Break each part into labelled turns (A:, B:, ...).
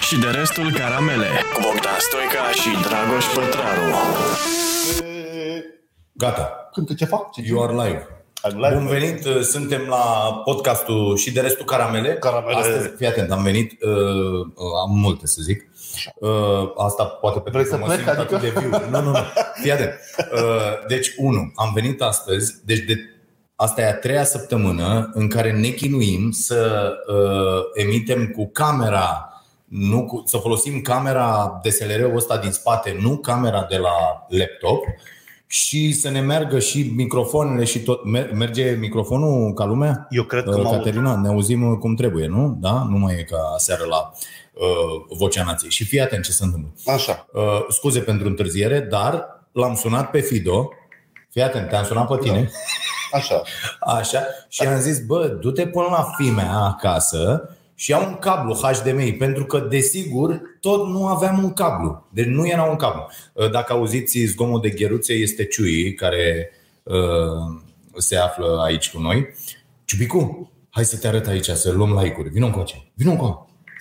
A: și de restul caramele cu Bogdan Stoica și Dragoș Pătraru.
B: Gata,
C: Cântă ce fac? Ce
B: you are live.
C: I'm live,
B: Bun
C: bă.
B: venit, uh, suntem la podcastul și de restul Caramele.
C: Caramele.
B: Astăzi, fii atent, am venit, uh, uh, am multe să zic. Uh, asta poate pentru
C: Vrei
B: că
C: să
B: mă
C: plec,
B: simt atât de
C: adică?
B: viu. Nu, nu, nu. Fii atent. Uh, deci, unu, am venit astăzi, deci de, asta e a treia săptămână în care ne chinuim să uh, emitem cu camera nu cu, să folosim camera DSLR-ul ăsta din spate, nu camera de la laptop și să ne meargă și microfoanele și tot. Mer- merge microfonul ca lumea?
C: Eu cred că
B: Uh,
C: mă aud.
B: Caterina, ne auzim cum trebuie, nu? Da? Nu mai e ca seară la uh, Vocea Nației. Și fii atent ce se întâmplă.
C: Așa.
B: Uh, scuze pentru întârziere, dar l-am sunat pe Fido. Fii atent, te-am sunat pe tine.
C: Da. Așa.
B: Așa. Și am zis, bă, du-te până la fimea acasă și ia un cablu HDMI, pentru că, desigur, tot nu aveam un cablu. Deci nu era un cablu. Uh, Dacă auziți zgomot de gheruțe, este Ciui, care uh, se află aici cu noi. Ciubicu, hai să te arăt aici, să luăm like-uri. Vină încoace. Vină încoace.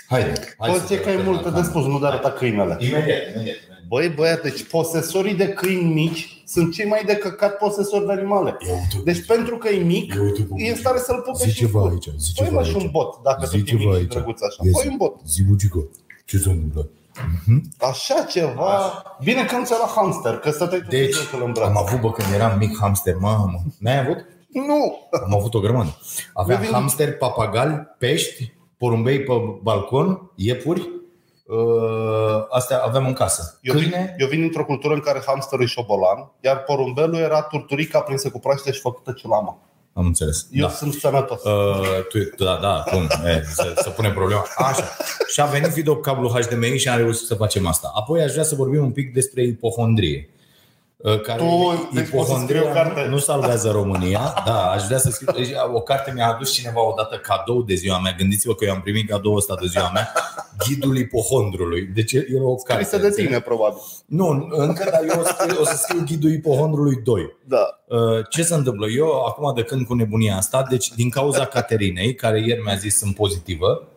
B: Haide. Hai să
C: Poți
B: te
C: Păi, că e
B: arătăm
C: multe
B: la
C: de
B: cameră.
C: spus, nu de arăta câinele.
B: Imediat, imediat. imediat.
C: Băi, băiat, deci posesorii de câini mici sunt cei mai de căcat posesori de animale.
B: Ia uite,
C: Deci pentru că e mic,
B: Ia uite, bă,
C: e în stare să-l pupe
B: Zi
C: și
B: ceva
C: fut.
B: aici, zi
C: Păi
B: ceva
C: mă și
B: aici.
C: un bot, dacă
B: Zi
C: tot e
B: ceva
C: mic și
B: aici.
C: drăguț așa.
B: Ia
C: Păi
B: zi.
C: un bot.
B: Zi, bugică, ce se întâmplă?
C: Așa ceva. Bine că nu ți-a luat hamster, că stăteai tu
B: Deci,
C: cu în braț.
B: am avut, bă, când eram mic hamster, mamă. N-ai avut?
C: Nu!
B: Am avut o grămadă. Aveam
C: Eu vin-
B: hamster, papagal, pești, porumbei pe balcon, iepuri. Uh, astea aveam în casă.
C: Eu vin,
B: Câine,
C: eu vin într-o cultură în care hamsterul e șobolan, iar porumbelul era turturica prinsă cu proaște și făcută celamă.
B: am înțeles.
C: Eu
B: da.
C: sunt sănătos.
B: Uh, tu, da, da, cum, e, să, să punem problema. Așa. Și a venit video cu cablu HDMI și am reușit să facem asta. Apoi aș vrea să vorbim un pic despre ipohondrie. Uh, Care
C: Tu, deci poți să scrii o carte.
B: nu, nu salvează România. Da, aș vrea să scriu. Deci, o carte mi-a adus cineva odată cadou de ziua mea. Gândiți-vă că eu am primit cadou ăsta de ziua mea. Ghidul ipohondrului. Deci era o carte.
C: Scrisă de tine, probabil.
B: Nu, încă, dar eu o, scriu, o să scriu Ghidul ipohondrului 2.
C: Da.
B: Uh, ce se întâmplă? Eu acum de când cu nebunia asta, deci din cauza Caterinei, care ieri mi-a zis sunt pozitivă,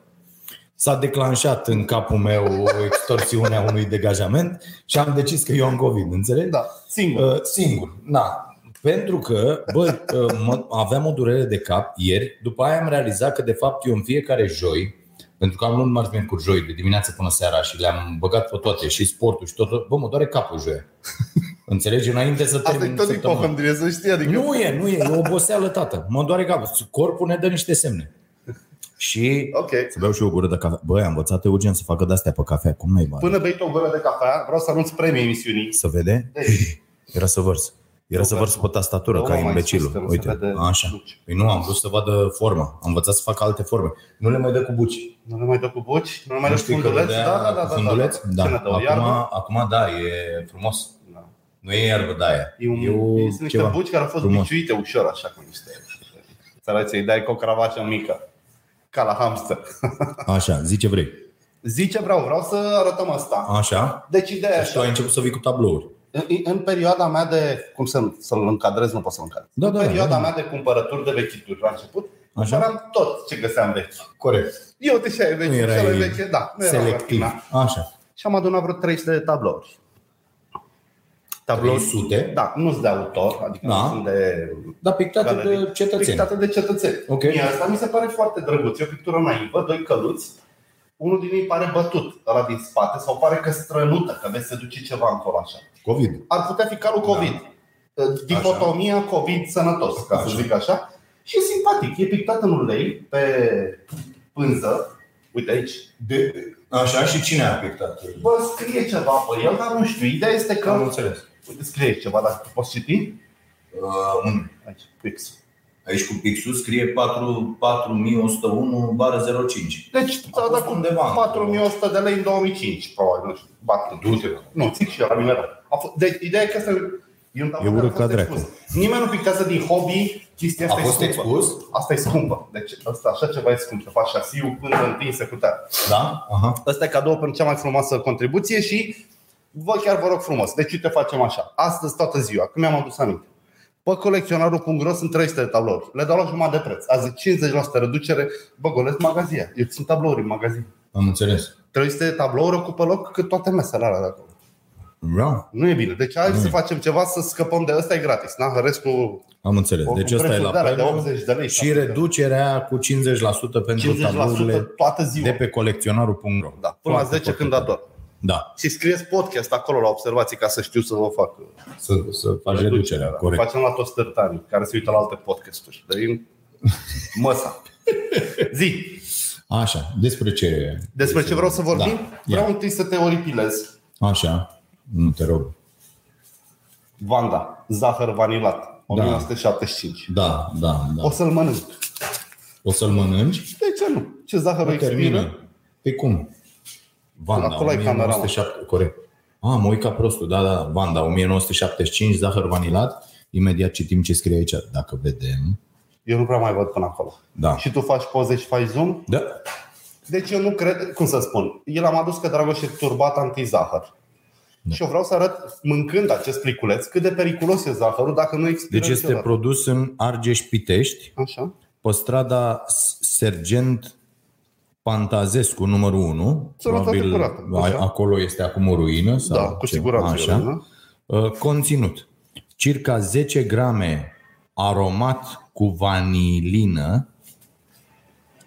B: s-a declanșat în capul meu o extorsiune a unui degajament și am decis că eu am COVID, înțelegi?
C: Da, singur.
B: Uh, singur, na. Pentru că, bă, uh, mă, aveam o durere de cap ieri, după aia am realizat că de fapt eu în fiecare joi, pentru că am luat marți, miercuri, joi, de dimineață până seara și le-am băgat pe toate și sportul și tot, bă, mă doare capul joia. Înțelegi? Înainte să
C: Asta
B: termin
C: e tot
B: săptămâna.
C: ipohondrie, să știi, adică...
B: Nu e, nu e, e oboseală, tată. Mă doare capul. Corpul ne dă niște semne. Și
C: Ok.
B: să beau și o gură de cafea. Băi, am învățat Eugen să facă de-astea pe cafea. Cum mai bani?
C: Până bei o gură de cafea, vreau să anunț premii emisiunii.
B: Să vede?
C: Deci,
B: Era să vărs. Era să vărs pe tastatură,
C: Domnul
B: ca
C: mai sus, că
B: imbecilul.
C: nu se
B: Uite,
C: vede
B: așa.
C: buci.
B: Păi nu, am vrut să vadă forma. Am învățat să fac alte forme. Nu le mai dă cu buci.
C: nu ne mai dă cu buci, nu ne mai
B: Nu
C: dă cu
B: știi că
C: funduleț.
B: dădea
C: Da, da, da,
B: cu
C: da.
B: funduleț?
C: da. Ce ne dă, o iarbă?
B: Acum, acum, da, e frumos.
C: Da.
B: Nu e iarbă, da, e.
C: E un,
B: E o-
C: sunt niște
B: ceva.
C: buci care au fost
B: Frumos.
C: biciuite ușor, așa cu niște... Înțelegi, îi dai cu o cravașă mică. Ca la hamster.
B: Așa, zi ce vrei.
C: Zice, vreau, vreau să arătăm asta.
B: Așa.
C: Deci ideea e
B: Și Ah. tu
C: așa.
B: ai început să vii cu tablouri.
C: În, în perioada mea de... Cum să, să-l încadrez? Nu pot să-l încadrez.
B: Da,
C: în
B: da,
C: perioada
B: da.
C: mea de cumpărături de vechituri la început,
B: Așa.
C: cumpăram tot ce găseam vechi.
B: Corect.
C: Eu uite și aia e
B: Nu
C: veche, și
B: era
C: aia e veche, da. nu era
B: selectiv.
C: rafinat.
B: Așa.
C: Și am adunat vreo 300 de tablouri. Tablouri,
B: 300?
C: da, nu sunt de autor, adică
B: Da.
C: nu sunt de
B: Dar pictate
C: galerii.
B: de cetățeni.
C: Pictate de cetățeni.
B: Ok.
C: Mie asta mi se pare foarte drăguț. E o pictură naivă, doi căluți. Unul din ei pare bătut la din spate sau pare că strănută, că vezi se duce ceva în acolo așa.
B: COVID.
C: Ar putea fi
B: Da.
C: calul COVID. Dicotomia COVID-sănătos, ca să
B: Așa.
C: zic așa. Și e simpatic. E pictat în ulei, pe pânză. Uite aici,
B: De... Așa și cine a pictat? Uh,
C: Bă, scrie ceva pe el, dar nu știu. Ideea este
B: Am
C: că...
B: înțeles.
C: Uite, scrie ceva, dacă tu poți citi.
B: Uh, un-
C: Aici, fix.
B: Aici cu pixul scrie 4, 4101 bară 05.
C: Deci s-a dat
B: fost
C: cu
B: undeva.
C: 4100 de lei în 2005, probabil, nu știu. Bat,
B: Du-te.
C: Nu, zic și eu, la mine rău. A fost- Deci, ideea e că asta e- e un
B: E
C: tabel
B: urât
C: care a fost
B: ca dracu.
C: expus. Nimeni nu pictează din hobby chestia
B: A
C: asta
B: fost
C: e scumpă.
B: expus?
C: Asta e scumpă. Deci asta, așa ceva e scump, să faci șasiu până întinsă cu tare.
B: Da? Aha.
C: Asta e cadou pentru cea mai frumoasă contribuție și vă chiar vă rog frumos. Deci uite, facem așa. Astăzi toată ziua, când mi-am adus aminte. Pe colecționarul.ro sunt 300 de tablouri. Le dau la jumătate de preț. Azi e 50% reducere. Bă, golesc magazia. Eu țin tablouri în magazin.
B: Am înțeles.
C: 300 de tablouri ocupă loc cât toate mesele alea de acolo.
B: Da,
C: Nu e bine. Deci hai să facem ceva să scăpăm de ăsta e gratis. Na, restul
B: am înțeles.
C: Oricum,
B: Deci ăsta e
C: prețul
B: la
C: de alea de
B: premium
C: 80 de lei,
B: și
C: șapte.
B: reducerea cu 50% pentru
C: 50%
B: tablourile
C: toată ziua.
B: de pe colecționarul.ro.
C: Da, până la
B: Foarte
C: 10 când
B: făcut.
C: ador.
B: Da,
C: Și scrieți podcast acolo la observații ca să știu să vă fac
B: să, să faci reducerea,
C: da.
B: corect.
C: Facem la toți tărtanii care se uită la alte podcasturi. Dar e măsa. Zi,
B: Așa, despre ce...
C: despre ce vreau să vorbim? Da.
B: Da.
C: Vreau
B: Ia.
C: întâi să te oripilez.
B: Așa, nu te rog.
C: Vanda, zahăr vanilat, 1975.
B: Da, da, da.
C: O să-l mănânc.
B: O să-l mănânci?
C: De ce nu? Ce zahăr expiră?
B: Termină. Pe cum? Vanda,
C: Acolo e camera, mă.
B: 1907, corect. A, mă uit ca prostul, da, da, Vanda, 1975, zahăr vanilat. Imediat citim ce scrie aici, dacă vedem.
C: Eu nu prea mai văd până acolo.
B: Da.
C: Și tu faci poze și faci zoom?
B: Da.
C: Deci eu nu cred, cum să spun, el am adus că Dragoș e turbat anti-zahăr. Da. Și eu vreau să arăt, mâncând acest pliculeț, cât de periculos e zahărul dacă nu expiră
B: Deci este
C: niciodată.
B: produs în Argeș-Pitești,
C: Așa.
B: pe strada Sergent Pantazescu, numărul 1.
C: Sănătate curată,
B: a-
C: așa.
B: acolo este acum o ruină. Sau
C: Da, cu
B: ce-
C: siguranță.
B: Așa.
C: Era, da?
B: Uh, Conținut. Circa 10 grame aromat cu vanilină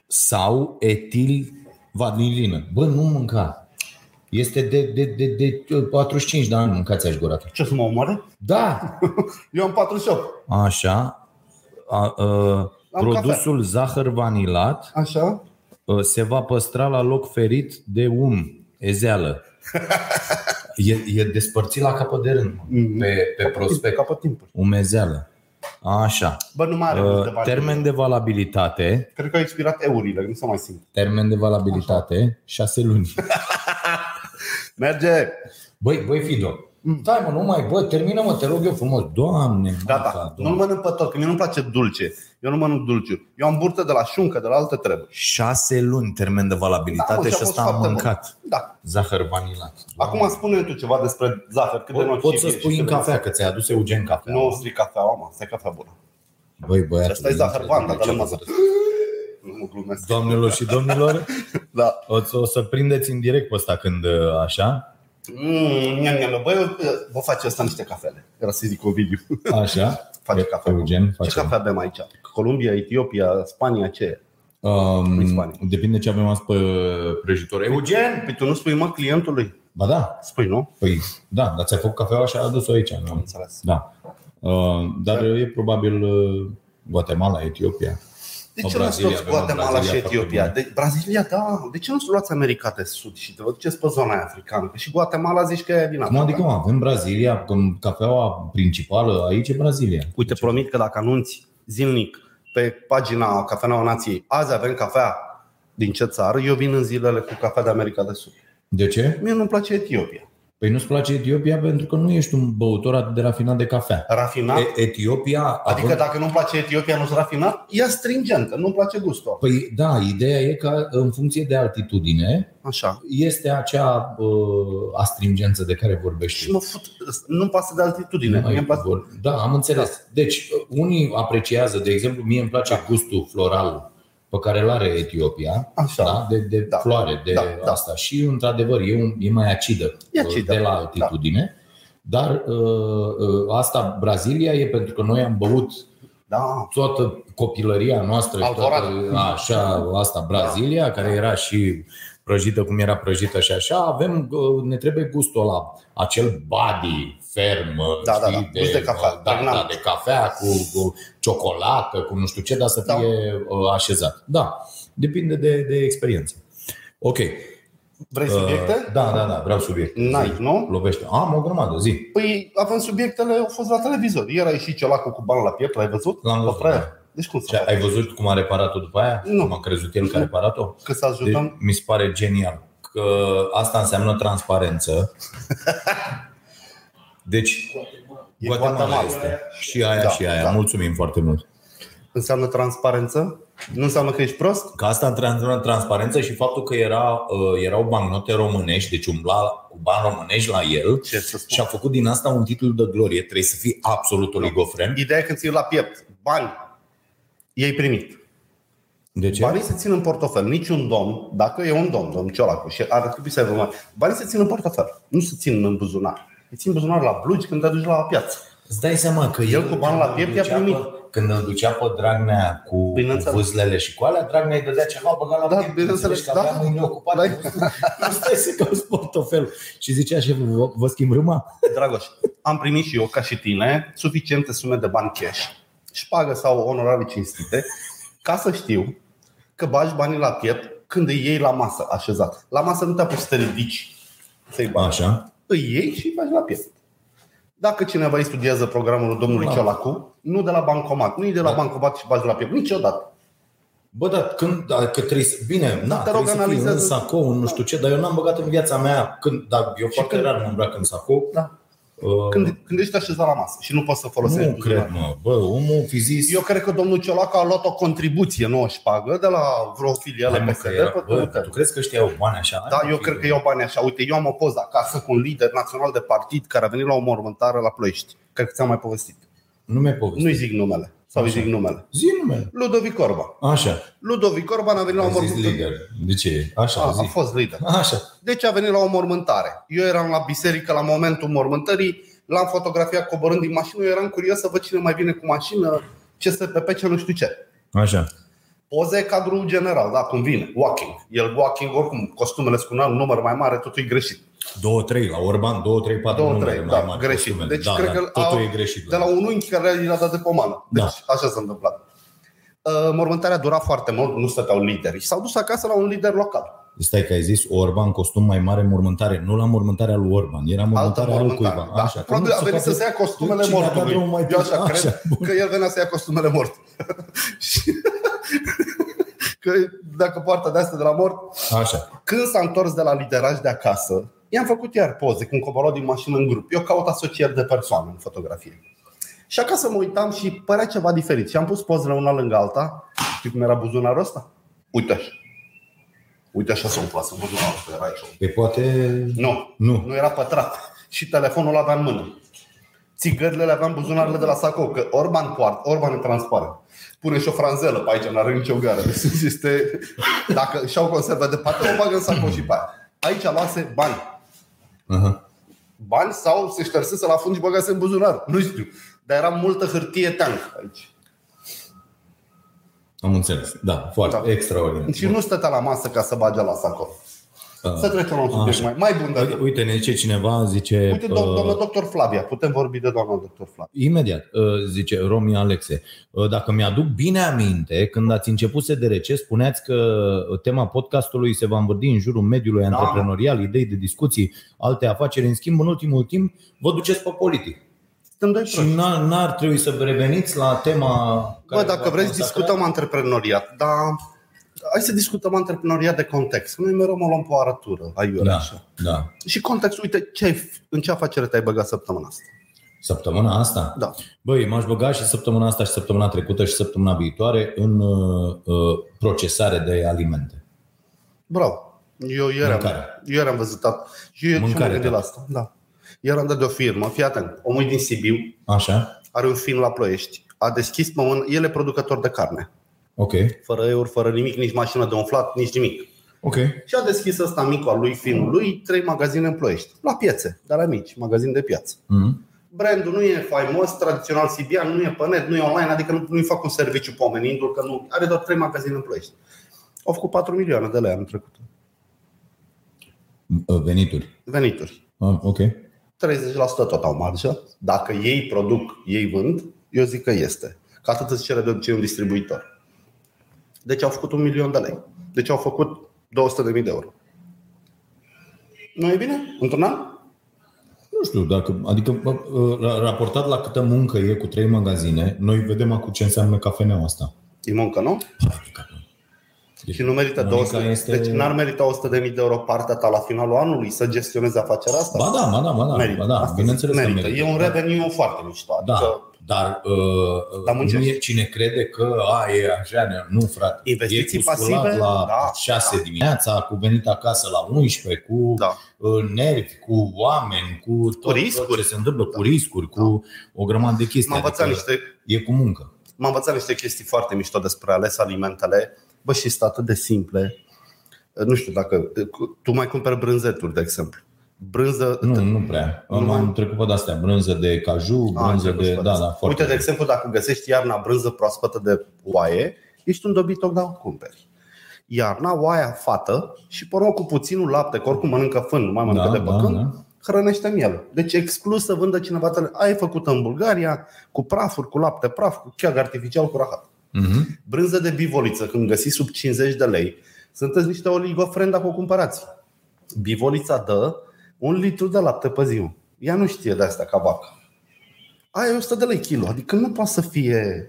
B: sau etil vanilină. Bă, nu mânca. Este de, de, de, de 45 de ani mâncați aș gura.
C: Ce să mă omoare?
B: Da!
C: Eu am 48.
B: Așa. A, a,
C: Am
B: produsul zahăr vanilat
C: Așa?
B: a, se va păstra la loc ferit de um, ezeală. E, e despărțit la capăt de rând,
C: Mhm.
B: pe, pe prospect.
C: Capăt timpul.
B: Umezeală. Așa.
C: Bă, nu mai are
B: Uh,
C: uh, de bani.
B: termen de valabilitate.
C: Cred că au expirat eurile, nu se mai simt.
B: Termen de valabilitate, 6 luni.
C: Merge!
B: Băi, băi, Fido.
C: Mm.
B: Stai, mă, nu mai, bă, termină, mă, te rog eu frumos. Doamne,
C: Gata. Da, Nu
B: doamne.
C: mănânc pe tot, că mie nu-mi place dulce. Eu nu mănânc dulciuri. Eu am burtă de la șuncă, de la alte treburi.
B: 6 luni termen de
C: Da, mă,
B: valabilitate
C: și a
B: și
C: fost
B: ăsta am
C: foarte
B: mâncat.
C: bun. Da.
B: Zahăr vanilat.
C: Acum spune tu ceva despre zahăr, cât de
B: Pot,
C: nociv
B: pot să
C: e și
B: spui
C: cât
B: în
C: de
B: cafea, că ți-ai adus Eugen cafea.
C: Nu stric cafeaua, mă, asta e cafea bună.
B: Băi, băiatul.
C: Asta e zahăr vanda, dar nu mă
B: zahăr.
C: Nu mă glumesc.
B: Doamnelor și domnilor,
C: Da.
B: o, să- o să prindeți în direct pe ăsta când uh, așa,
C: Mm, niam, niam, băi, eu- vă face asta niște cafele. Era să zic Ovidiu.
B: așa,
C: Face cafea.
B: Eugen,
C: Ce
B: face
C: cafea bem aici? Columbia, Etiopia, Spania, ce e? Prin
B: Um,
C: Spania.
B: depinde ce avem azi pe prăjitor. Eugen!
C: Păi tu nu spui, mă, clientului.
B: Ba da,
C: Spui, nu?
B: păi da, dar ți-ai făcut cafeaua și ai adus-o aici. Nu?
C: Înțeles. Da.
B: Da. Uh, dar e probabil uh, Guatemala, Etiopia.
C: De
B: Sau
C: ce nu
B: Brazilia,
C: luați
B: avem
C: Guatemala
B: Brazilia
C: și
B: foarte
C: Etiopia?
B: bună.
C: De, Brazilia, da. De ce nu luați America de Sud și te vă duceți pe zona aia africană? Că și Guatemala zici că e da? din
B: Cum
C: Africa.
B: adică mă, avem Brazilia, când cafeaua principală aici e Brazilia.
C: Uite, promit că dacă anunți zilnic pe pagina Cafeneaua Nației, azi avem cafea din ce țară, eu vin în zilele cu cafea de America de Sud.
B: De ce?
C: Mie nu-mi place Etiopia.
B: Păi nu-ți place Etiopia pentru că nu ești un băutor atât de rafinat de cafea.
C: Rafinat. E,
B: E- Etiopia,
C: Da. adică
B: având-
C: dacă nu-mi place Etiopia, nu-s rafinat, e astringentă, nu-mi place gustul.
B: Păi da, ideea e că în funcție de altitudine,
C: Așa.
B: este acea uh, astringență de care vorbești.
C: Și
B: tu.
C: mă fut, nu-mi pasă de altitudine.
B: Nu mai
C: Mie îmi place.
B: vor- Da, am înțeles. Deci, uh, unii apreciază, de exemplu, mie îmi place
C: Da.
B: gustul floral pe care îl are Etiopia,
C: Așa.
B: Da? de, de
C: Da.
B: floare, de
C: Da, da.
B: asta. Și, într-adevăr, e, un, e mai acidă,
C: E
B: uh,
C: acidă,
B: de la
C: da.
B: altitudine. Dar uh, uh, asta, Brazilia, e pentru că noi am băut
C: Da.
B: toată copilăria noastră, și
C: Alvorada.
B: toată, așa, asta, Brazilia,
C: Da.
B: care era și prăjită cum era prăjită și așa, avem, uh, ne trebuie gustul ăla, acel body ferm, ă,
C: Da, da,
B: știi,
C: da, gust de cafea,
B: da, da,
C: pregnant.
B: de cafea cu, cu ciocolată, cu nu știu ce, dar să
C: Da.
B: fie uh, așezat. Da, depinde de, de experiență. Ok.
C: Vrei
B: Uh,
C: subiecte?
B: Da, da, da, vreau subiecte.
C: N-ai, nu?
B: Lovește. Am o grămadă, zi.
C: Păi avem subiectele, au fost la televizor. Ieri a ieșit celacul cu bani la piept, l-ai văzut?
B: L-am văzut,
C: Pe praia.
B: da.
C: Deci cum să
B: Ce,
C: faci?
B: ai văzut cum a reparat-o după aia?
C: Nu.
B: Cum a crezut el că a
C: Nu.
B: reparat-o?
C: Că să
B: Deci,
C: ajutăm?
B: mi se pare genial că asta înseamnă transparență. Deci,
C: E
B: Guatemala,
C: Guatemala.
B: este. Și aia
C: Da,
B: și aia.
C: da.
B: Mulțumim foarte mult.
C: Înseamnă transparență? Nu înseamnă că ești prost?
B: Că asta înseamnă transparență și faptul că era, uh, erau bancnote românești, deci umbla cu bani românești la el
C: Ce să spun? Da.
B: și a făcut din asta un titlu de glorie. Trebuie să fii absolut oligofren.
C: Ideea e când ții la piept bani, ei primit.
B: De ce?
C: Banii se țin în portofel. Niciun domn, dacă e un domn, domn Ciolacu, și ar trebui să aibă bani, banii se țin în portofel. Nu se țin în buzunar. Îi țin buzunar la blugi când te duci la piață.
B: Îți dai seama că
C: El cu bani la piept i-a
B: ducea
C: primit.
B: pe- Când îl ducea pe Dragnea cu
C: Bineînțeles.
B: vâzlele și cu alea, Dragnea îi dădea ceva, băga la
C: Da,
B: piept,
C: bineînțeles,
B: înțelegi că avea
C: da.
B: mâinile ocupate,
C: Da.
B: nu stai să cauți portofelul. Și zicea șeful, vă, vă schimb râma?
C: Dragoș, am primit și eu, ca și tine, suficiente sume de bani cash, șpagă sau onorarii cinstite, ca să știu că bagi banii la piept când îi iei la masă, așezat. La masă nu te apuci să te ridici să-i bagi.
B: Așa.
C: Îi iei și îi bagi la piept. Dacă cineva îi studiază programul domnului
B: Da.
C: Ciolacu, nu de la bancomat, nu e de la
B: Da.
C: bancomat și bagi la piept, niciodată.
B: Bă, dar când, da, că trebuie să, bine, na,
C: Te
B: trebuie
C: rog,
B: să fii în
C: analizează.
B: sacou, în nu știu ce, dar eu n-am băgat în viața mea, când, dar eu foarte
C: când-
B: rar mă îmbrac în sacou.
C: Da.
B: Uh,
C: Când, când ești așezat la masă și nu poți să folosești
B: nu cred, mă, bă, omul fi zis,
C: Eu cred că domnul Ciolacu a luat o contribuție nouă șpagă de la vreo filială
B: Hai, mă, că
C: PSD.
B: era-
C: pe
B: bă,
C: Twitter.
B: tu crezi că ăștia au bani așa?
C: Da, eu cred că iau bani așa. Uite, eu am o poză acasă cu un lider național de partid care a venit la o mormântare la Ploiești. Cred că ți-am mai povestit.
B: Nu mi-ai povestit.
C: Nu-i zic numele. Sau îi zic numele.
B: Zi numele.
C: Ludovic Orban.
B: Așa.
C: Ludovic Orban a venit la o
B: Ai zis
C: mormântare.
B: lider. De ce? Așa,
C: A, a
B: zic.
C: fost lider.
B: Așa.
C: Deci a venit la o mormântare. Eu eram la biserică la momentul mormântării, l-am fotografiat coborând din mașină, eu eram curios să văd cine mai vine cu mașină, ce se pepe, ce nu știu ce.
B: Așa.
C: Poze cadru general, da, cum vine, walking. El walking, oricum, costumele sunt cu un număr mai mare, totul e greșit.
B: 2-3 la Orban, 2-3, 4
C: Două,
B: numere
C: trei,
B: mai
C: da,
B: mari,
C: greșit.
B: costumele.
C: Deci
B: da,
C: cred
B: da,
C: că
B: totul
C: au-
B: e greșit.
C: de la un unchi care i l-a dat de pomană. Deci
B: Da.
C: așa s-a întâmplat. Uh, Mormântarea dura foarte mult, nu stăteau lideri. S-au dus acasă la un lider local.
B: Stai că ai zis Orban, costum mai mare, mormântare. Nu la mormântarea lui Orban, era
C: Altă
B: mormântarea lui
C: mormântare.
B: cuiva.
C: Da.
B: Așa, că
C: Probabil
B: nu
C: a
B: se
C: venit
B: poate-
C: să se ia costumele
B: Cine a dat
C: mortului.
B: drumul mai
C: Eu așa,
B: târziu?
C: cred că el venea să ia costumele mort. Și că dacă poartă de astea de la mort,
B: Așa.
C: Când s-a întors de la lideraj de acasă, i-am făcut iar poze când coborau din mașină în grup. Eu caut asocieri de persoane în fotografie. Și acasă mă uitam și părea ceva diferit. Și am pus pozele una lângă alta. Știi cum era buzunarul ăsta? Uite așa. Uite așa sunt plasă buzunarul ăsta. Era aici.
B: Pe poate...
C: Nu.
B: Nu.
C: Nu era pătrat. Și telefonul ăla avea în mână. Țigările le aveam buzunarele de la sacou, că Orban poartă, Orban e transparent. Pune și o franzelă pe aici, n-are nicio gară. Deci este, dacă și-au conservă de pată, o bagă în sacou și pe aia. Aici luase bani.
B: Aha.
C: Bani sau se ștersese la fund și băgase în buzunar. Nu știu. Dar era multă hârtie tank aici.
B: Am înțeles. Da, foarte
C: Da.
B: extraordinar.
C: Și nu stătea la masă ca să bage la sacou.
B: Ah.
C: Să trecem la un subiect
B: Așa.
C: mai, mai bun.
B: Uite,
C: Dar...
B: uite, ne zice cineva, zice...
C: Uite,
B: uh,
C: do- doamna doctor Flavia. Putem vorbi de doamna doctor Flavia.
B: Imediat, uh, zice Romi Alexe, uh, dacă mi-aduc bine aminte, când ați început SDRC, spuneați că uh, tema podcastului se va învârti în jurul mediului
C: Da, mă.
B: antreprenorial, idei de discuții, alte afaceri. În schimb, în ultimul timp, vă duceți pe politic.
C: Suntem doi
B: Și n-ar, n-ar trebui să reveniți la tema...
C: Bă,
B: care
C: dacă
B: v-a
C: vreți,
B: consacrat.
C: discutăm antreprenoriat, dar hai să discutăm antreprenoriat de context. Noi mereu mă luăm pe o arătură, aiure,
B: Da,
C: așa.
B: da.
C: Și context, uite, ce ai, f- în ce afacere te-ai băgat săptămâna asta?
B: Săptămâna asta?
C: Da.
B: Băi, m-aș băga și săptămâna asta și săptămâna trecută și săptămâna viitoare în uh, uh, procesare de alimente.
C: Bravo. Eu ieri, am,
B: Mâncare.
C: eu ieri am vizitat și eu și
B: Mâncare,
C: m-am gândit
B: da.
C: la asta. Da. Ieri am dat de o firmă, fii atent, omul e din Sibiu,
B: Așa?
C: are un film la Ploiești, a deschis pământ, el e producător de carne.
B: Ok.
C: Fără euri, fără nimic, nici mașină de umflat, nici nimic.
B: Ok.
C: Și a deschis ăsta micul al lui, fiul lui, trei magazine în Ploiești, la piețe, dar la mici, magazin de piață.
B: Mm.
C: brandul nu e faimos, tradițional sibian, nu e pe net, nu e online, adică nu, nu-i fac un serviciu pe oameni, indul că nu, are doar trei magazine în Ploiești. Au făcut 4 milioane de lei anul trecut.
B: uh, Venituri.
C: Venituri.
B: Ah, ok.
C: 30% tot au marjă. Dacă ei produc, ei vând, eu zic că este. Că atât îți cere de obicei un distribuitor. Deci au făcut un milion de lei. Deci au făcut 200.000 de euro. Nu e bine? Într-un an?
B: Nu știu dacă, adică bă, ra- raportat la câtă muncă e cu trei magazine, noi vedem acum ce înseamnă cafeneaua asta.
C: E muncă, nu?
B: Deci,
C: Și nu merită
B: Monica
C: 200,
B: este-
C: este... deci n-ar merita 100.000 de euro partea ta la finalul anului să gestioneze afacerea asta?
B: Ba da, ba da, ba da,
C: merită.
B: ba da
C: Asta
B: bineînțeles
C: merită.
B: că merită.
C: E un revenue foarte mișto.
B: Da,
C: Adică
B: dar uh,
C: Dar
B: nu
C: muncești.
B: e cine crede că a, e așa, ne- nu frate.
C: Investiții
B: e cusulat
C: pasive,
B: la
C: da,
B: 6 dimineața, cu venit acasă la 11, cu
C: Da.
B: uh, nervi, cu oameni, cu tot, tot
C: riscuri.
B: ce se întâmplă, cu riscuri, cu o grămadă de chestii. Adică
C: m-am, învățat niște,
B: E cu muncă.
C: m-am învățat niște chestii foarte mișto despre ales alimentele Bă, și sunt atât de simple. Nu știu dacă... Tu mai cumperi brânzeturi, de exemplu. Brânză...
B: Nu, nu prea. Nu am
C: mai-
B: trecut pe de-astea. Brânză de caju,
C: Ah,
B: brânză
C: trebuie
B: de...
C: să
B: Da,
C: faci.
B: da, foarte.
C: Uite, de exemplu, dacă găsești iarna brânză proaspătă de oaie, ești un dobitoc, dar o cumperi. Iarna, oaia fată și pe urmă cu puținul lapte, că oricum mănâncă fân, nu mai mănâncă de
B: Da, da,
C: băcân,
B: da.
C: hrănește miel. Deci exclus să vândă cineva tale. Ai făcut în Bulgaria, cu prafuri, cu lapte praf, cu cheag artificial, cu rahat.
B: Mhm.
C: Brânză de bivoliță, când găsi sub 50 de lei, sunteți niște oligofreni dacă o cumpărați. Bivolița dă un litru de lapte pe zi. Ea nu știe de asta ca vacă. Aia e 100 de lei kilo, adică nu poate să fie...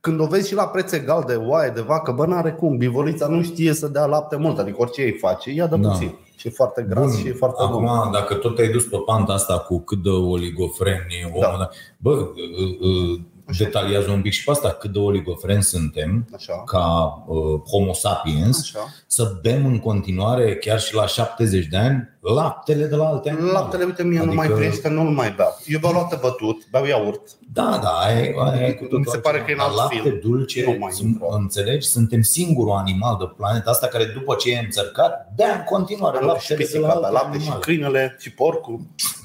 C: Când o vezi și la preț egal de oaie, de vacă, bă, n-are cum. Bivolița nu știe să dea lapte mult, adică orice ei face, ea dă
B: Da.
C: puțin. Și e foarte gras și e foarte bun.
B: Acum, dacă tot te-ai dus pe panta asta cu cât de oligofren e omul,
C: Da.
B: da. bă, uh, uh, detaliază un pic și pe asta, cât de oligofren suntem
C: Așa.
B: ca uh, homo sapiens,
C: Așa.
B: să bem în continuare, chiar și la 70 de ani, laptele de la alte animale.
C: Laptele, uite, mie adică... nu mai
B: Adică-
C: priește, nu-l mai beau. Eu beau lapte bătut, beau iaurt,
B: Da, da, aia, e- aia e cu totul
C: Mi se pare că
B: altceva.
C: e în
B: Dar
C: alt
B: lapte
C: film.
B: dulce,
C: Nu mai
B: sunt-
C: intru.
B: înțelegi? Suntem singurul animal de planeta asta care după ce e înțărcat, bea în continuare
C: lapte și
B: laptele de la
C: pisica,
B: alte
C: da, lapte și
B: animale.
C: câinele și porcul.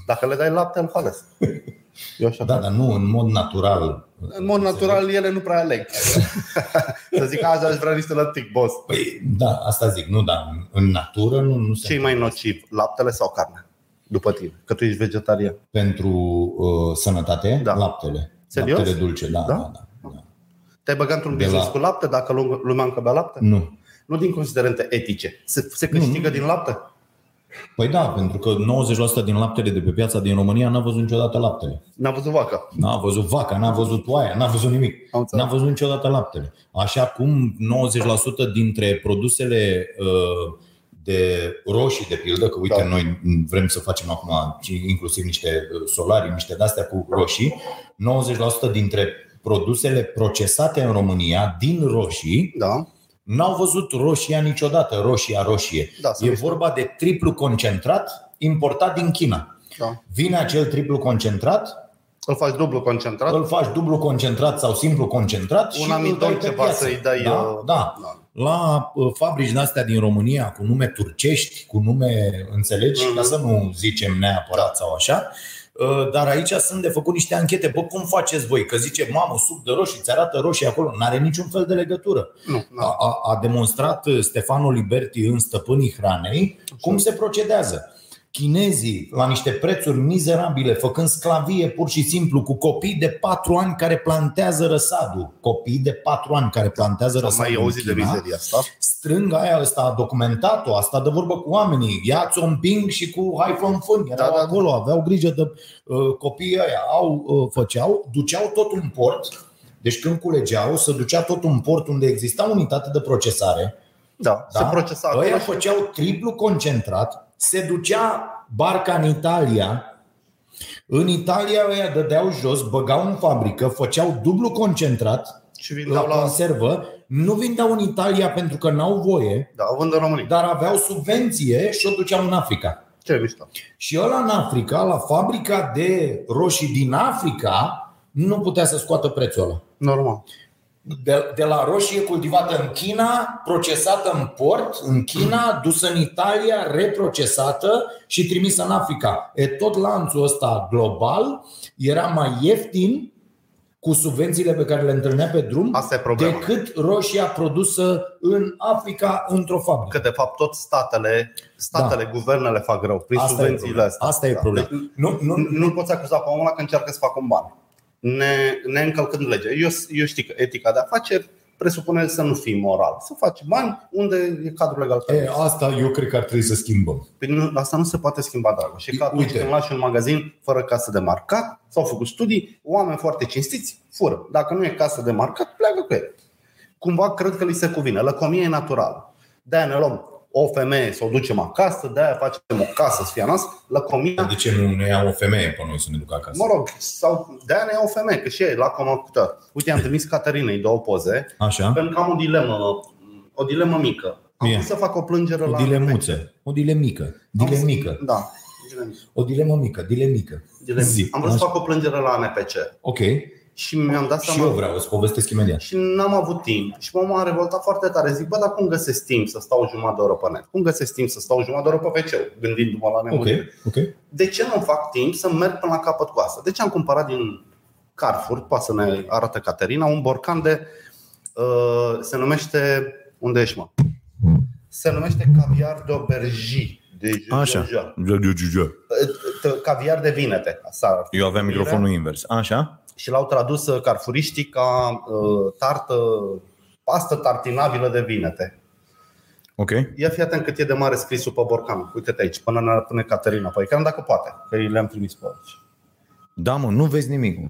C: Dacă le dai lapte, îl halesc. Eu așa
B: Da, dar nu în mod natural.
C: În mod natural, ele nu prea aleg. Să zic, azi aș vrea niște lătic, boss.
B: Păi, da, asta zic, nu, dar în- în natură nu, nu se
C: Ce e mai nociv, laptele sau carnea? După tine, că tu ești vegetarian.
B: pentru uh, sănătate,
C: Da.
B: laptele.
C: Serios?
B: Laptele dulce, da,
C: Da?
B: da, da. da.
C: Te-ai băgat într-un
B: De
C: business
B: la-
C: cu lapte dacă lu- lumea încă bea lapte?
B: Nu.
C: Nu din considerente etice. Se, se câștigă din lapte?
B: Păi da, pentru că 90% din laptele de pe piața din România n-a văzut niciodată laptele.
C: N-am văzut vaca.
B: N-a văzut vaca, n-a văzut oaia, n-a văzut nimic.
C: Am înțeles.
B: N-a văzut niciodată laptele. Așa cum 90% dintre produsele uh, de roșii, de pildă, că uite,
C: Da.
B: da. noi vrem să facem acum ci- inclusiv niște uh, solarii, niște de-astea cu roșii, 90% dintre produsele procesate în România din roșii
C: Da.
B: n-au văzut roșia niciodată, roșia roșie.
C: Da, să
B: e
C: vezi.
B: vorba de triplu concentrat importat din China.
C: da.
B: Vine acel triplu concentrat,
C: Îl faci dublu concentrat.
B: îl faci dublu concentrat sau simplu concentrat
C: Un
B: și îl
C: amidon
B: dai pe
C: ceva
B: piață.
C: să-i dai,
B: Da,
C: uh,
B: da.
C: da.
B: La uh, fabrici din astea din România cu nume turcești, cu nume, înțelegi,
C: Mhm.
B: ca să nu zicem neapărat sau așa, Uh, dar aici sunt de făcut niște anchete. Bă, cum faceți voi? Că zice, mamă, suc de roșii, ți arată roșii acolo. N-are niciun fel de legătură.
C: Nu, nu.
B: A, a, a demonstrat uh, Stefano Liberti în Stăpânii Hranei cum se procedează. Chinezii, la niște prețuri mizerabile, făcând sclavie pur și simplu, cu copii de patru ani care plantează răsadul. Copii de patru ani care plantează
C: Am
B: răsadul.
C: mai
B: în
C: auzit de
B: China.
C: mizeria asta.
B: Strâng aia, ăsta a documentat-o, asta de vorbă cu oamenii. Ia-ți un ping și cu hai fă fân.
C: Da,
B: Erau
C: da, da.
B: acolo, aveau grijă de uh, copiii ăia. Au, uh, făceau, duceau tot un port. Deci când culegeau, se ducea tot un port unde exista unitate de procesare.
C: Da,
B: Da?
C: se procesa
B: Ăia
C: acolo și
B: făceau triplu concentrat, se ducea barca în Italia, în Italia ăia dădeau jos, băgau în fabrică, făceau dublu concentrat
C: și
B: la
C: vindeau la...
B: conservă, nu vindeau în Italia pentru că n-au voie,
C: Da, vând în România.
B: dar aveau subvenție și o duceau în Africa.
C: Ce mișto.
B: Și ăla în Africa, la fabrica de roșii din Africa, nu putea să scoată prețul ăla.
C: Normal.
B: De, de la roșie cultivată în China, procesată în port, în China, dusă în Italia, reprocesată și trimisă în Africa. E tot lanțul ăsta global era mai ieftin cu subvențiile pe care le întâlnea pe drum
C: Asta e problema.
B: decât roșia produsă în Africa într-o fabrică.
C: Că de fapt tot statele, statele, da. guvernele fac rău prin
B: Asta e
C: subvențiile
B: problema.
C: astea.
B: Asta e
C: Da.
B: problema.
C: Deci,
B: Nu, nu,
C: nu, nu-l poți acuza pe omul ăla că încearcă să facă un ban. Ne, ne încălcând legea. Eu, eu știu că etica de afaceri presupune să nu fii moral. Să faci bani unde e cadrul legal.
B: e, asta eu cred că ar trebui să schimbăm.
C: Păi nu, asta nu se poate schimba, dragă. Și că atunci
B: Uite.
C: când lași un magazin fără casă de marcat, s-au făcut studii, oameni foarte cinstiți fură. Dacă nu e casă de marcat, pleacă cu el. Cumva cred că li se cuvine. Lăcomie e naturală. De-aia ne luăm o femeie să o ducem acasă, de-aia facem o casă să fie a noastră. Lăcomia
B: De ce nu ne ia o femeie pe noi să ne ducă acasă?
C: Mă rog, sau de aia ne iau femeie, că și ei la comacută. Uite, am trimis Caterinei două poze,
B: Așa?
C: pentru că am o dilemă, o dilemă mică. Am
B: Bine.
C: vrut să fac o plângere
B: O
C: la...
B: dilemuță. O dilemică. Dilemică.
C: Da, dilemică.
B: O dilemă mică, dilemică.
C: Dilemă.
B: Zi.
C: Am vrut să
B: Așa.
C: fac o plângere la ANPC
B: Ok.
C: și mi-am dat
A: Și
C: seama
A: eu vreau, îți povestesc imediat.
C: și n-am avut timp. Și m-am m-a revoltat foarte tare. Zic, bă, dar cum găsesc timp să stau jumătate de oră pe net? Cum găsesc timp să stau jumătate de oră pe wc gândindu-mă la
A: Ok,
C: nebunie?
A: ok.
C: De ce nu fac timp să merg până la capăt cu asta? Deci am cumpărat din Carrefour, poate să ne arată Caterina, un borcan de, uh, se numește, unde ești mă? Se numește caviar de aubergine. De
B: Așa.
C: de- de- Caviar de vinete. Asta ar fi.
B: Eu aveam microfonul invers. Așa?
C: Și l-au tradus uh, carfuriștii ca uh, tartă, pastă tartinabilă de vinete.
B: Ok.
C: Ia fi atent cât e de mare scrisul pe borcan. Uite-te aici, până ne pune Caterina pe ecran, dacă poate, că i le-am trimis pe aici.
B: Da, mă, nu vezi nimic. mă.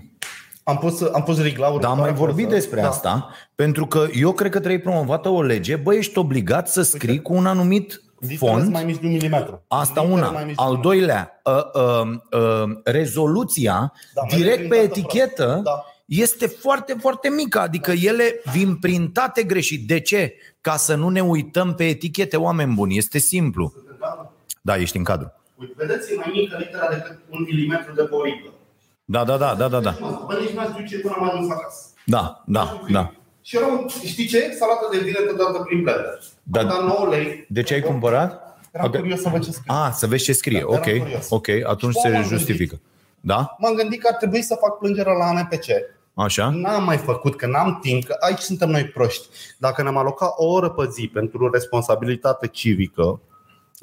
C: Am pus, am pus riglauri.
B: Dar am mai vorbit despre
C: da.
B: asta, pentru că eu cred că trebuie promovată o lege. Bă, ești obligat
C: Păi
B: să scrii cu un anumit
C: Litere
B: font.
C: mai mici de un milimetru.
B: Asta
C: Litere
B: una.
C: mai mici de
B: Al
C: un
B: doilea, uh, uh, uh, rezoluția
C: Da, mai
B: direct pe
C: reprintată
B: etichetă
C: prost. Da.
B: este foarte, foarte mică. Adică ele vin printate greșit. De ce? Ca să nu ne uităm pe etichete, oameni buni. Este simplu.
C: milimetru.
B: Da, ești în cadru.
C: Uite, Vedeți, e mai mică litera decât un milimetru de borică.
B: Da, da, da, da, da, da.
C: Bă, nici n-ați duce până am ajuns acasă.
B: Da, da, da.
C: Și era un, știi ce? Salată de vinete dată prin blender.
B: Da.
C: Am dat 9 lei.
B: De ce ai cumpărat?
C: Eram
B: Ok.
C: curios să văd ce scrie.
B: A, să vezi ce scrie.
C: eram
B: Ok,
C: curios.
B: ok, atunci
C: Și
B: se
C: m-am
B: justifică. Da?
C: M-am gândit că ar trebui să fac plângerea la ANPC.
B: Așa?
C: N-am mai făcut, că n-am timp, că aici suntem noi proști. Dacă ne-am alocat o oră pe zi pentru responsabilitate civică,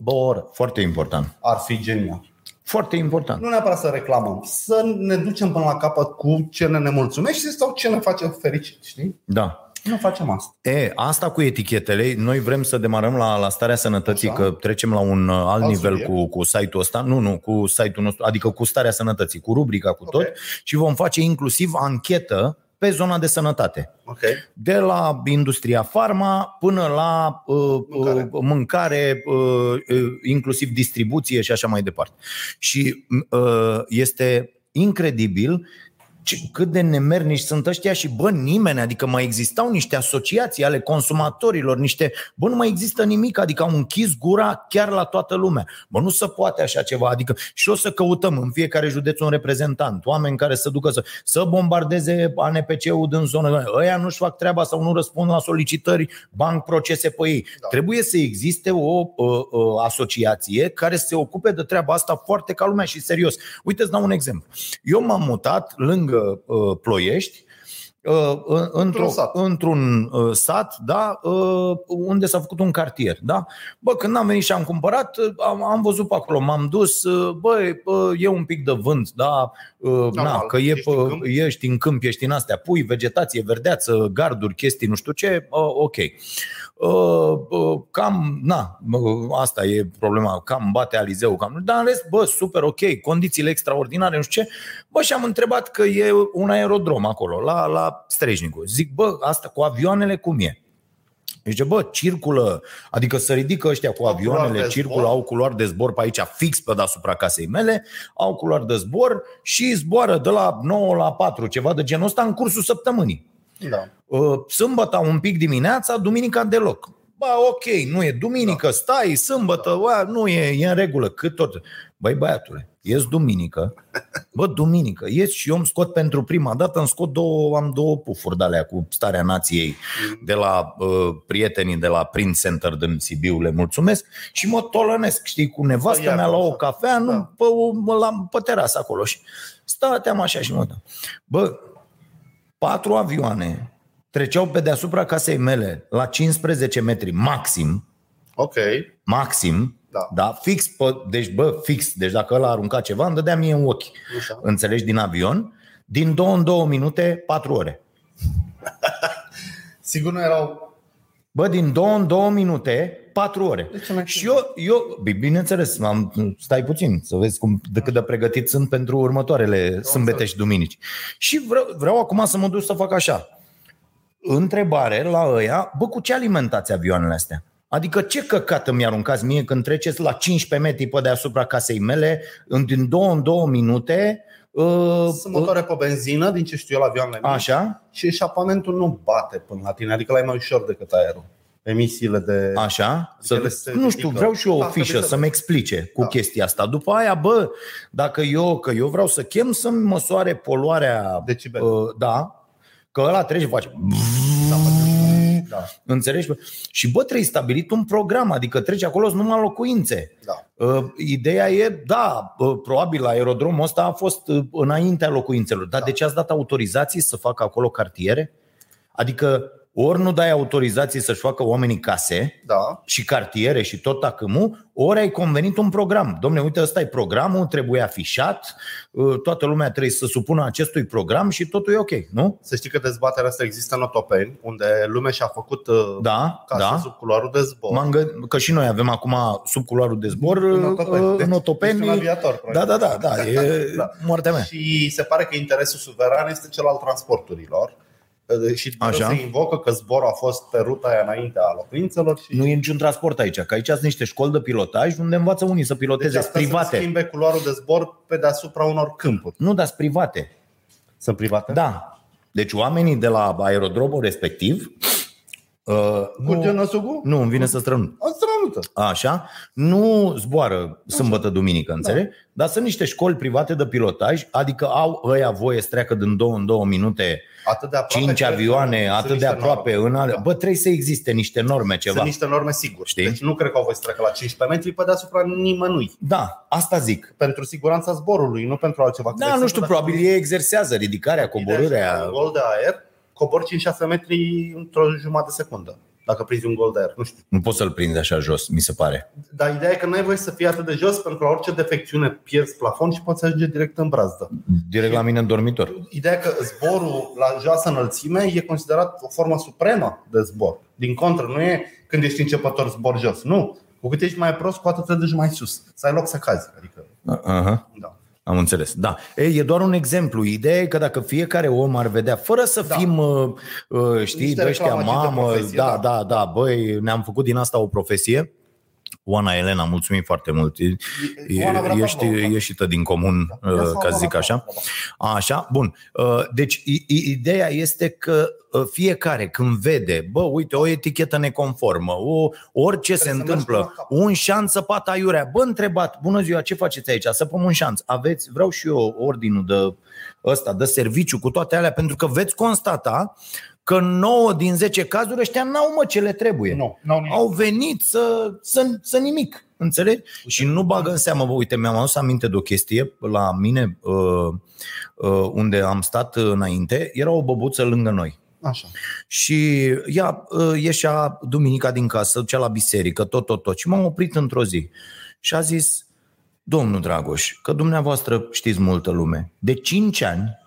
C: bă, o oră,
B: Foarte important.
C: ar fi genial.
B: Foarte important.
C: Nu neapărat să reclamăm, să ne ducem până la capăt cu ce ne nemulțumește sau ce ne face fericit, știi?
B: Da.
C: Nu facem asta.
B: E, asta cu etichetele, noi vrem să demarăm la, la starea sănătății,
C: Așa.
B: că trecem la un uh, alt
C: Alt
B: nivel
C: subiect.
B: cu, cu site-ul ăsta, nu, nu, cu site-ul nostru, adică cu starea sănătății, cu rubrica, cu
C: Ok.
B: tot și vom face inclusiv anchetă pe zona de sănătate.
C: Ok.
B: De la industria farma până la uh,
C: Mâncare.
B: mâncare, uh, mâncare uh, uh, inclusiv distribuție și așa mai departe. Și m- uh, este incredibil ce, cât de nemernici sunt ăștia și bă, nimeni, adică mai existau niște asociații ale consumatorilor, niște, bă, nu mai există nimic, adică au închis gura chiar la toată lumea. Bă, nu se poate așa ceva, adică și o să căutăm în fiecare județ un reprezentant, oameni care să ducă să, să bombardeze ANPC-ul din zonă, ăia nu-și fac treaba sau nu răspund la solicitări, bani procese pe ei. Da.
C: Da.
B: Trebuie să existe o uh, uh, asociație care se ocupe de treaba asta foarte ca lumea și serios. Uite, îți dau un exemplu. Eu m-am mutat lângă uh, Ploiești, uh, în- într-o,
C: sat.
B: într-un uh, sat, da, uh, unde s-a făcut un cartier, da? Bă, când am venit și am cumpărat, uh, am, am văzut pe acolo, m-am dus, uh, băi, uh, e un pic de vânt, da, uh, na,
C: Normal,
B: că e
C: ești în câmp.
B: pe, ești în câmp, ești în astea, pui, vegetație, verdeață, garduri, chestii, nu știu ce, uh, ok. Uh, uh, cam, na, uh, asta e problema, cam bate alizeu, cam, dar în rest, bă, super ok, condițiile extraordinare, nu știu ce. Bă, și am întrebat că e un aerodrom acolo, la, la Strejnicu. Zic, bă, asta cu avioanele cum e? Zice, bă, circulă, adică să ridică ăștia cu avioanele,
C: culoare de
B: circulă,
C: zbor.
B: au culoar de zbor pe aici, fix pe deasupra casei mele, au culoar de zbor și zboară de la 9 la 4, ceva de genul ăsta, în cursul săptămânii.
C: Da.
B: Uh, sâmbăta un pic dimineața, duminica deloc. Ba, ok, nu e duminică, da. stai, sâmbătă, ba, nu e, e în regulă, cât tot. Băi, băiatule, ies duminică, bă, duminică, ies și eu îmi scot pentru prima dată, îmi scot două, am două pufuri de alea cu starea nației de la uh, prietenii de la Print Center din Sibiu, le mulțumesc și mă tolănesc, știi, cu nevastă
C: Ia,
B: mea la o
C: frumos.
B: cafea, nu,
C: Da.
B: pe, o- la, pe terasă acolo și stăteam așa și mă uitam. Bă, patru avioane treceau pe deasupra casei mele la 15 metri maxim,
C: Ok.
B: maxim,
C: Da.
B: da fix, pe, deci bă, fix, deci dacă ăla arunca ceva, îmi dădea mie în ochi,
C: Așa.
B: înțelegi, din avion, din două în două minute, patru ore.
C: Sigur nu erau...
B: Bă, din două în două minute, patru ore.
C: De ce mai
B: și eu, eu, bi- bineînțeles, am, stai puțin să vezi cum, de cât de pregătit sunt pentru următoarele sâmbete și duminici. Și vreau, vreau acum să mă duc să fac așa. Întrebare la ăia, bă, cu ce alimentați avioanele astea? Adică ce căcat îmi aruncați mie când treceți la 15 metri pe deasupra casei mele, în, din două în două minute, uh,
C: Sunt motoare pe benzină, din ce știu eu, la avioanele mici.
B: așa?
C: Și eșapamentul nu bate până la tine, adică la e mai ușor decât aerul. emisiile de...
B: Așa?
C: ele
B: Să,
C: se
B: nu știu,
C: ridică.
B: vreau și eu
C: Da,
B: o fișă
C: trebuie să
B: să-mi explice cu
C: Da.
B: chestia asta. După aia, bă, dacă eu, că eu vreau să chem să-mi măsoare poluarea,
C: Decibel.
B: uh, da, că ăla trece, face,
C: Da, mă, da,
B: înțelegi? Și bă, trebuie stabilit un program, adică treci acolo sunt numai locuințe.
C: da.
B: Uh, Ideea e, da, uh, probabil aerodromul ăsta a fost uh, înaintea locuințelor,
C: Da.
B: dar de ce ați dat autorizații să facă acolo cartiere? Adică ori nu dai autorizații să-și facă oamenii case,
C: da.
B: și cartiere și tot tacâmul, ori ai convenit un program. Domne, uite, ăsta e programul, trebuie afișat, uh, toată lumea trebuie să supună acestui program și totul e ok, nu?
C: Să știi că dezbaterea asta există în Otopeni, unde lumea și-a făcut uh,
B: Da,
C: casă
B: da.
C: sub culoarul de zbor.
B: M-am gândit că și noi avem acum sub culoarul de zbor uh,
C: Deci,
B: notopeni.
C: ești un aviator, practic.
B: Da, da, da, da, e
C: Da.
B: moartea mea.
C: Și se pare că interesul suveran este cel al transporturilor. Uh, Și
B: Așa.
C: Așa. se invocă că zborul a fost pe ruta aia înainte a locuințelor și
B: Nu e niciun transport aici, că aici sunt niște școli de pilotaj unde învață unii să piloteze, sunt
C: astea deci să
B: deci private.
C: schimbe culoarul de zbor pe deasupra unor câmpuri.
B: Nu, dar sunt private.
C: Sunt private?
B: Da. Deci oamenii de la aerodromul respectiv uh,
C: Curge
B: nu,
C: năsugu?
B: nu, îmi vine să strănut.
C: O strănută.
B: Așa, nu zboară sâmbătă, duminică, înțelegi? Da. Dar sunt niște școli private de pilotaj, adică au ăia voie să treacă din două în două minute,
C: Atât de aproape.
B: cinci
C: cred că
B: avioane,
C: sunt
B: atât
C: niște
B: de aproape,
C: norme.
B: în ale...
C: Da.
B: Bă, trebuie să existe niște norme,
C: Sunt
B: ceva.
C: niște norme sigur.
B: Știi?
C: Deci nu cred că au voie să treacă la 15 metri pe deasupra nimănui.
B: Da, asta zic.
C: Pentru siguranța zborului, nu pentru altceva. Exact.
B: Da, nu știu, probabil ei exersează ridicarea, coborârea.
C: Un gol de aer, cobor 5-6 metri într-o jumătate de secundă. Dacă prinzi un gol de aer, nu știu.
B: Nu poți să-l prinzi așa jos, mi se pare.
C: Dar ideea e că nu ai voie să fii atât de jos pentru că la orice defecțiune pierzi plafon și poți ajunge direct în brazdă.
B: Direct la mine în dormitor.
C: Ideea e că zborul la joasă înălțime e considerat o formă supremă de zbor. Din contră, nu e când ești începător zbor jos. Nu. Cu cât ești mai prost, cu atât te duci mai sus. Să ai loc să cazi. Adică,
B: Aha.
C: da.
B: Am înțeles, da. E, e doar un exemplu. Ideea e că dacă fiecare om ar vedea, fără să
C: Da.
B: da. fim, uh, uh, știi,
C: Niște
B: de ăștia,
C: reclamații de
B: mamă,
C: profesie,
B: da,
C: da.
B: da, da, băi, ne-am făcut din asta o profesie. Oana Elena, mulțumim foarte mult. E,
C: Oana Brătanu,
B: ești
C: da.
B: ieșită din comun,
C: Da. Ia
B: uh,
C: să
B: ca să
C: mă
B: zic
C: arăt,
B: așa.
C: da, da.
B: Așa, bun. Uh, Deci i- i- ideea este că uh, fiecare când vede, bă, uite, o etichetă neconformă, o, orice
C: Trebuie
B: se
C: să mergi până
B: întâmplă,
C: la capăt.
B: un șanț săpat aiurea, bă, întrebat, bună ziua, ce faceți aici? Săpăm un șanț. Aveți, vreau și eu ordinul de ăsta, de serviciu cu toate alea, pentru că veți constata că 9 din 10 cazuri ăștia n-au mă ce le trebuie
C: Nu, n-au nimic.
B: au venit să, să, să nimic, înțelegi? Și nu bagă în seamă, bă, uite, mi-am adus aminte de o chestie la mine uh, uh, unde am stat uh, înainte, era o băbuță lângă noi.
C: Așa.
B: Și ea uh, ieșea duminica din casă, cea la biserică, tot, tot, tot. Și m-am oprit într-o zi și a zis, domnul Dragoș, că dumneavoastră știți multă lume, de 5 ani,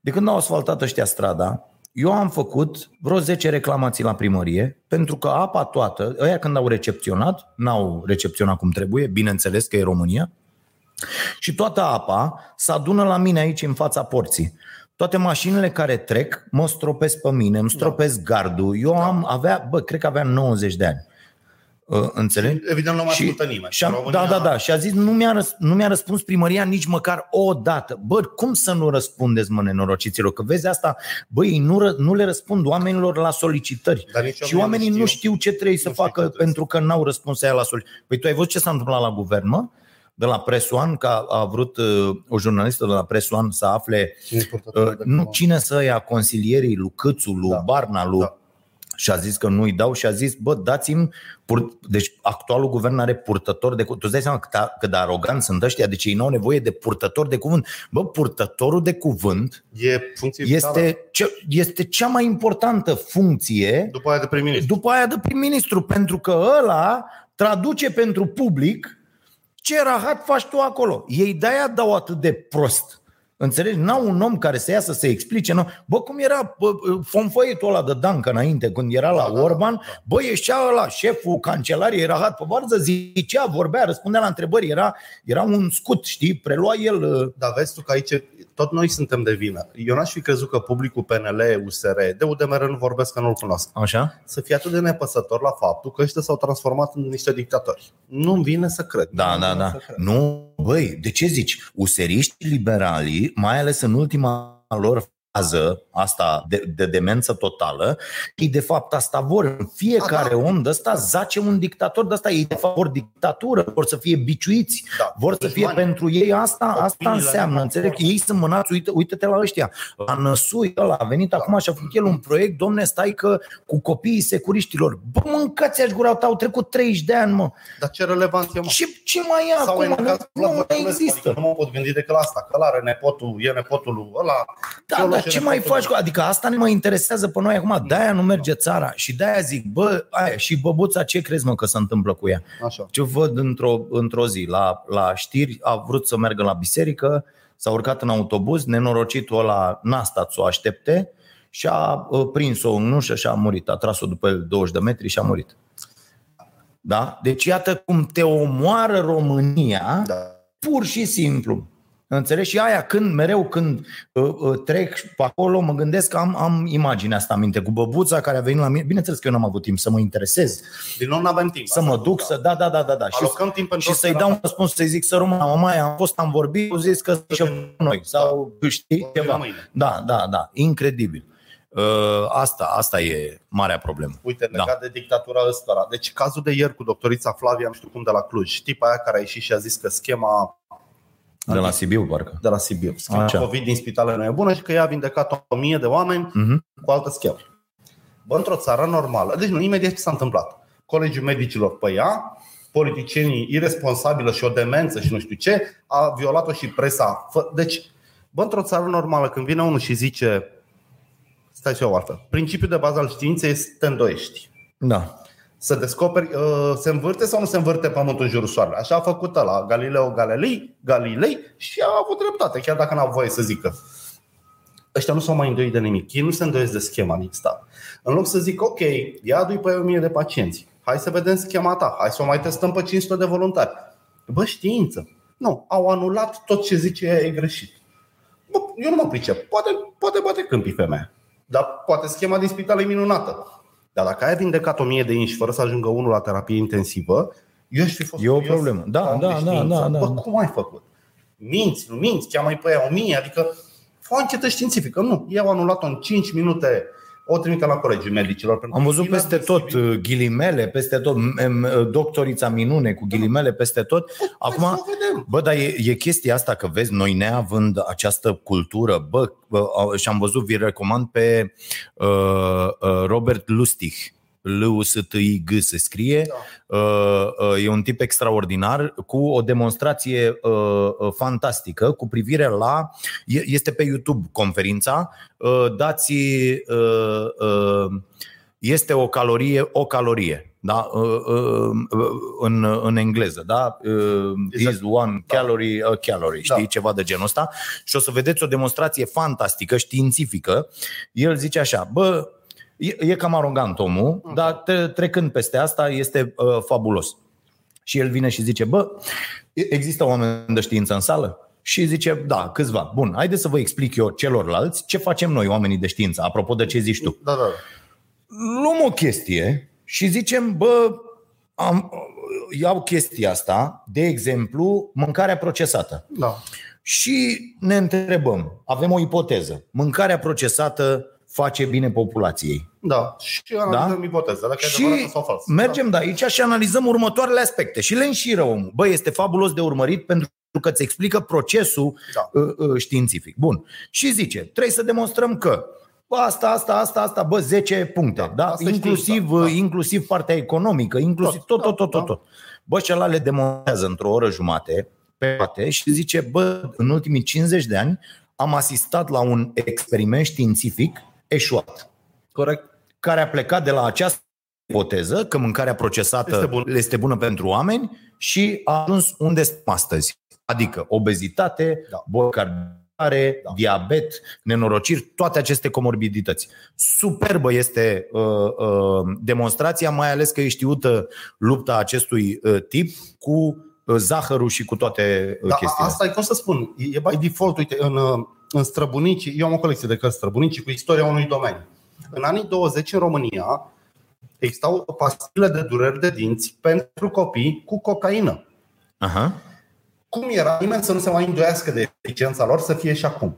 B: de când au asfaltat ăștia strada, eu am făcut vreo 10 reclamații la primărie, pentru că apa toată, ăia când au recepționat, n-au recepționat cum trebuie, bineînțeles că e România, și toată apa se adună la mine aici în fața porții. Toate mașinile care trec mă stropesc pe mine, îmi stropesc gardul. Eu am avea, bă, cred că aveam 90 de ani. Uh, Înțelegi?
C: Evident, nu mai
B: Și-
C: ascultă nimeni.
B: Și am,
C: România-
B: da, da, da. Și a zis, nu mi-a, răs, nu mi-a răspuns primăria nici măcar o dată. Bă, cum să nu răspundeți, mă, nenorociților? Că vezi asta, bă, ei nu, ră- nu le răspund oamenilor la solicitări.
C: Dar nici
B: și oamenii nu știu ce trebuie să
C: Nu știu ce
B: facă
C: trebuie
B: pentru că n-au răspuns aia la solicitări. Păi tu ai văzut ce s-a întâmplat la guvern, mă? De la Presoan, că a- a vrut uh, o jurnalistă de la Presoan să afle
C: Cine-i purtătorul
B: uh,
C: de
B: nu,
C: cuvânt?
B: cine să ia consilierii lui Câțu, lui
C: Da.
B: da. Barna, lui
C: Da.
B: da. Și a zis că nu-i dau și a zis, bă, dați-mi, pur... deci actualul guvern are purtător de cuvânt. Tu îți dai seama cât, a, cât de aroganți sunt ăștia, deci ei nu au nevoie de purtător de cuvânt. Bă, purtătorul de cuvânt
C: E funcție vitală.
B: este, ce, este cea mai importantă funcție
C: După aia de prim-ministru.
B: după aia de prim-ministru, pentru că ăla traduce pentru public ce rahat faci tu acolo. Ei de-aia dau atât de prost. Înțelegi? N-au un om care să iasă să explice. Nu? Bă, cum era bă, fonfăietul ăla de Dancă înainte, când era la
C: Da, da,
B: Orban, bă, ieșea la șeful cancelariei, rahat pe barză, zicea, vorbea, răspundea la întrebări, era, era un scut, știi, prelua el... uh,
C: Dar vezi tu că aici tot noi suntem de vină. Eu n-aș fi crezut că publicul PNL, USR, de UDMR nu vorbesc că nu-l cunosc.
B: Așa?
C: Să fie atât de nepăsător la faptul că ăștia s-au transformat în niște dictatori. Nu-mi vine să cred.
B: Da,
C: Nu-mi
B: da,
C: vine
B: da.
C: să cred.
B: Nu, băi, de ce zici? Useriști liberalii, mai ales în ultima lor fază asta de, de demență totală, ei de fapt asta vor. Fiecare
C: Da, da.
B: om de ăsta zace un dictator de ăsta. Ei de fapt vor dictatură, vor să fie biciuiți,
C: Da.
B: vor să fie
C: Dușmani.
B: pentru ei asta, asta
D: Opiniile
B: înseamnă.
D: alea.
B: Înțeleg? Ei sunt mânați, uite, uite-te la ăștia. La Năsui ăla a
C: Da.
B: venit acum și a făcut el un proiect, domne, stai că cu copiii securiștilor. Bă, mâncați-aș gura ta, au trecut 30 de ani, mă.
C: Dar ce relevanță e, mă?
B: Ce, ce mai e
C: Sau e în
B: acum?
C: cazul
B: Nu, nu
C: lui
B: mai
C: Voiculescu,
B: există.
C: Adică nu mă pot gândi decât la asta, că ăla are nepotul, e nepotul lui ăla.
B: Da,
C: Acolo
B: dar
C: și
B: ce
C: ne
B: mai
C: facem.
B: faci cu... Adică asta ne mai interesează pe noi acum. De-aia
C: Da.
B: nu merge țara. Și de-aia zic, bă, aia, și băbuța, ce crezi, mă, că se întâmplă cu ea?
C: Așa.
B: Ce văd într-o, într-o zi la, la știri, a vrut să meargă la biserică, s-a urcat în autobuz, nenorocitul ăla n-a stat să o aștepte și a uh, prins-o în ușă și a murit. A tras-o după el 20 de metri și a murit. Da? Deci iată cum te omoară România
C: Da.
B: Pur și simplu. Înțelegi? Și aia când, mereu când uh, uh, trec pe acolo, mă gândesc că am, am imaginea asta în minte cu băbuța care a venit la mine. Bineînțeles că eu n-am avut timp să mă interesez,
C: Din nou n-avem timp.
B: să mă duc, să da, da, da, da, da. Și,
C: Alocăm timp pentru
B: și să-i dau un răspuns, să-i zic să rămână, mama, am fost, am vorbit, au zis că și noi. Sau știi
C: Vorbim
B: ceva.
C: Păi, mâine.
B: Da, da, da. Incredibil. Uh, asta, asta e marea problemă.
C: Uite,
B: Da.
C: legat de dictatura ăstora. Deci cazul de ieri cu doctorița Flavia, nu știu cum, de la Cluj. Tipa aia care a ieșit și a zis că schema
B: De la Sibiu, parcă.
C: de la Sibiu, schema
B: Așa.
C: COVID din spitale nu e bună și că ea a vindecat o mie de oameni
B: Mhm.
C: cu altă schemă. Bă, într-o țară normală, deci nu, imediat ce s-a întâmplat. Colegiul medicilor pe ea, politicienii irresponsabilă și o demență și nu știu ce, a violat-o și presa. Fă- Deci, bă, într-o țară normală, când vine unul și zice, stai și eu o altă, principiul de bază al științei este să te îndoiești.
B: Da.
C: Să descoperi, uh, se învârte sau nu se învârte pământul în jurul soarelui. Așa a făcut la Galileo Galilei, Galilei și a avut dreptate, chiar dacă n-au voie să zică ăștia nu s-au mai îndoit de nimic. Ei nu se îndoiesc de schema din stat. În loc să zic, ok, ia adu pe 1000 de pacienți. Hai să vedem schema ta. Hai să o mai testăm pe 500 de voluntari. Bă, știință. Nu, au anulat tot ce zice ea e greșit. Bă, eu nu mă pricep. Poate, poate bate câmpii femeia. Dar poate schema din spital e minunată. Dar dacă ai vindecat 1000 de inși fără să ajungă unul la terapie intensivă, eu aș fi fost
B: E o
C: curios
B: problemă. Da,
C: ca om
B: da,
C: de
B: da,
C: știință.
B: da, da.
C: Bă, cum ai făcut? minți, nu minți, chiar mai pe ea o mie, adică fă o încetă științifică. Nu, eu am anulat-o în 5 minute, o trimite la colegii medicilor. pentru
B: Am
C: că
B: văzut
C: e
B: peste tot
C: inadmisibil.
B: uh, ghilimele, peste tot m- m- doctorița minune cu ghilimele peste tot.
C: Hai să
B: Acum,
C: o vedem.
B: bă, dar e, e chestia asta că vezi, noi neavând această cultură, bă, bă au- și-am văzut, vi recomand pe uh, uh, Robert Lustig, l u s t i g se scrie, da. uh, uh, e un tip extraordinar cu o demonstrație uh, uh, fantastică cu privire la, e- este pe YouTube conferința, uh, dați uh, uh, este o calorie, o calorie, da? Uh, uh, uh, În, în engleză, da? Uh, Is one calorie a calorie, știi?
C: Da.
B: Ceva de genul ăsta. Și o să vedeți o demonstrație fantastică, științifică. El zice așa, bă, e, e cam arogant omul, dar tre- trecând peste asta este uh, fabulos. Și el vine și zice, bă, există oameni de știință în sală? Și zice, da, câțiva. Bun, haideți să vă explic eu celorlalți ce facem noi, oamenii de știință, apropo de ce zici tu
C: Da, da, da.
B: luăm o chestie și zicem, bă, am, iau chestia asta, de exemplu, mâncarea procesată.
C: da.
B: Și ne întrebăm, avem o ipoteză, mâncarea procesată face bine populației.
C: Da. Și analizăm da? ipoteza, dacă e
B: Și
C: adevărată sau Da. falsă.
B: mergem de aici și analizăm următoarele aspecte și le înșiră omul. Bă, este fabulos de urmărit pentru că îți explică procesul
C: Da.
B: uh, uh, științific. Bun. Și zice, trebuie să demonstrăm că bă, asta, asta, asta, asta, bă, 10 puncte, da?
C: asta e
B: Inclusiv,
C: știința, da.
B: uh, inclusiv partea economică, inclusiv tot, tot, tot, tot, tot. Bă, și ăla le demonstrează într-o oră jumate pe toate și zice, bă, în ultimii 50 de ani am asistat la un experiment științific eșuat
C: Corect.
B: care a plecat de la această ipoteză că mâncarea procesată
C: Este
B: este
C: bună.
B: bună, este bună pentru oameni și a ajuns unde suntem astăzi. Adică obezitate,
C: Da.
B: da. boli cardiare, da. diabet, nenorociri, toate aceste comorbidități. Superbă este uh, uh, demonstrația, mai ales că e știută lupta acestui uh, tip cu uh, zahărul și cu toate uh,
C: Da,
B: chestiile.
C: asta e, cum să spun, e e by default, uite, în, uh, în străbunici, eu am o colecție de cărți străbunici cu istoria unui domeniu. În anii 20 în România existau pastile de dureri de dinți pentru copii cu cocaină.
B: Aha.
C: cum era nimeni să nu se mai îndoiască de eficiența lor să fie și acum.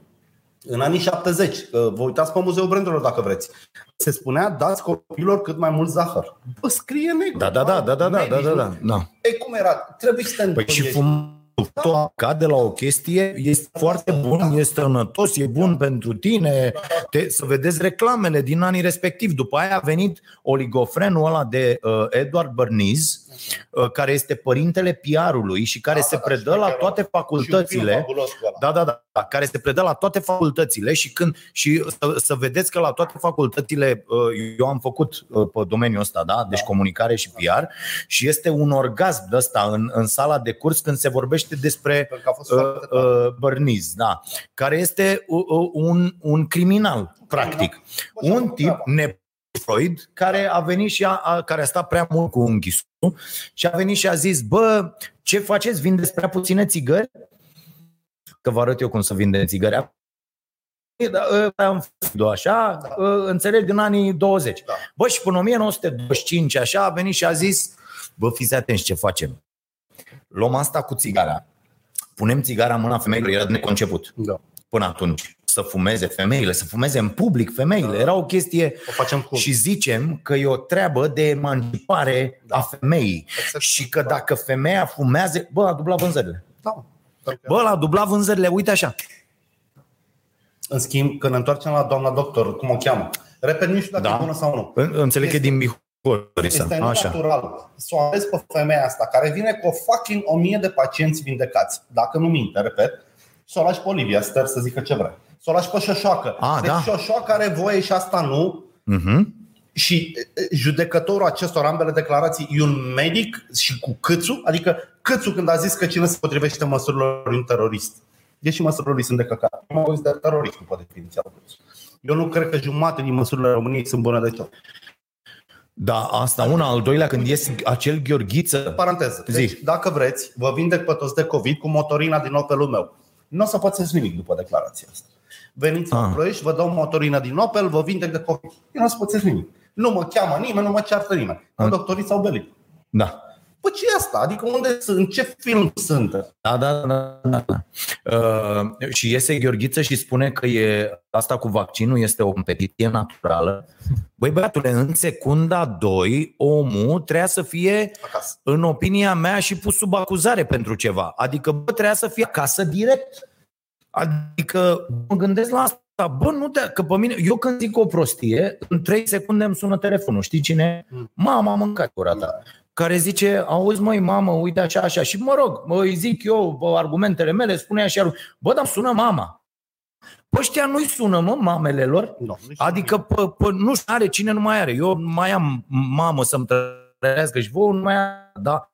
C: în anii 70, că vă uitați pe Muzeul Brandurilor dacă vreți, se spunea dați copiilor cât mai mult zahăr. Bă, scrie negru.
B: Da, da, da, da, da, da, da, da, da. da.
C: E cum era? Trebuie să te
B: Păi și
C: întâlnești.
B: fumatul ca de la o chestie este foarte
C: Da.
B: bun, este sănătos, e bun pentru tine. Te, să vedeți reclamele din anii respectiv. După aia a venit oligofrenul ăla de uh, Edward Bernays, uh, care este părintele PR-ului și care
C: Da,
B: se
C: da, da,
B: predă
C: știu că
B: la
C: era
B: toate
C: Și un film
B: facultățile.
C: fabulos cu ăla.
B: Da, da, da, da, care se predă la toate facultățile și când și să, să vedeți că la toate facultățile uh, eu am făcut uh, pe domeniul ăsta, da, deci comunicare și PR și este un orgasm de ăsta în, în sala de curs când se vorbește despre
C: Pentru că a fost
B: uh,
C: foarte tare.
B: uh, Berniz, da, care este uh, uh, un, un criminal, practic.
C: Bă, și-a
B: Un
C: făcut
B: tip
C: treaba.
B: ne Freud, care a venit și a, a, care a stat prea mult cu închisul și a venit și a zis, bă, ce faceți, vindeți prea puține țigări? Că vă arăt eu cum să vindem țigări. E, Da, ă, am făcut așa, ă, înțeleg, din anii 20.
C: Da.
B: Bă, și până 1925 așa a venit și a zis, bă, fiți atenți ce facem. Luăm asta cu țigara, punem țigara în mâna femeilor, era de neconceput
C: Da.
B: până atunci. Să fumeze femeile, să fumeze în public femeile. Era o chestie
C: Da. O facem cum?
B: și zicem că e o treabă de emancipare a femeii.
C: Da. Exact.
B: Și că dacă femeia fumează, bă, a dublat vânzările.
C: Da. Pentru că-
B: Bă, a dublat vânzările, uite așa.
C: În schimb, când ne întoarcem la doamna doctor, cum o cheamă, repet, nu știu dacă
B: Da.
C: e bună sau nu.
B: În- Înțeleg că e din Bihor, Dorisa.
C: Este
B: Așa.
C: natural să o aveți pe femeia asta care vine cu o fucking o mie de pacienți vindecați. Dacă nu minte, repet, să o lași pe Olivia Ster să zică ce vrea. Să o lași pe Șoșoacă.
B: A,
C: deci
B: da.
C: Șoșoacă are voie și asta nu.
B: Mhm.
C: Și e, e, judecătorul acestor ambele declarații e un medic și cu Câțu, adică Câțu când a zis că cine se potrivește măsurilor e un terorist. Deci și măsurile lui sunt de căcat. Nu mă consider terorist după definiția lui Câțu. Eu nu cred că jumate din măsurile României sunt bune de ce.
B: Da, asta una. Al doilea, când ies acel Gheorghiță,
C: Paranteză. Deci,
B: Zi.
C: dacă vreți, vă vindec pe toți de COVID cu motorina din Opelul meu. Nu o să pățesc nimic după declarația asta. Veniți
B: Ah.
C: la Ploiești, vă dau motorina din Opel, vă vindec de COVID. Eu nu o să pățesc nimic. Nu mă cheamă nimeni, nu mă ceartă nimeni. Cu
B: Ah.
C: doctorii sau belit.
B: da.
C: Păi ce e asta? Adică unde sunt? În ce film sunt?
B: Da, da, da. da, da. Uh, și iese Gheorghiță și spune că e asta cu vaccinul este o competiție naturală. Băi, băiatule, în secunda 2, omul trebuia să fie,
C: Acasă.
B: în opinia mea, și pus sub acuzare pentru ceva. Adică, bă, trebuia să fie acasă direct. Adică, mă gândesc la asta. Bă, nu te... Că pe mine... Eu când zic o prostie, în 3 secunde îmi sună telefonul. Știi cine?
C: Mm.
B: Mama, am mâncat curata
C: Da.
B: care zice, auzi măi, mamă, uite așa, așa. Și mă rog, mă, îi zic eu bă, argumentele mele, spune așa, bă, dar îmi sună mama. Bă, ăștia nu-i sună, mă, mamele lor.
C: Nu, nu știu.
B: Adică, pă, pă, nu știu, are cine nu mai are. Eu mai am mamă să-mi trăiască și vouă nu mai am, da.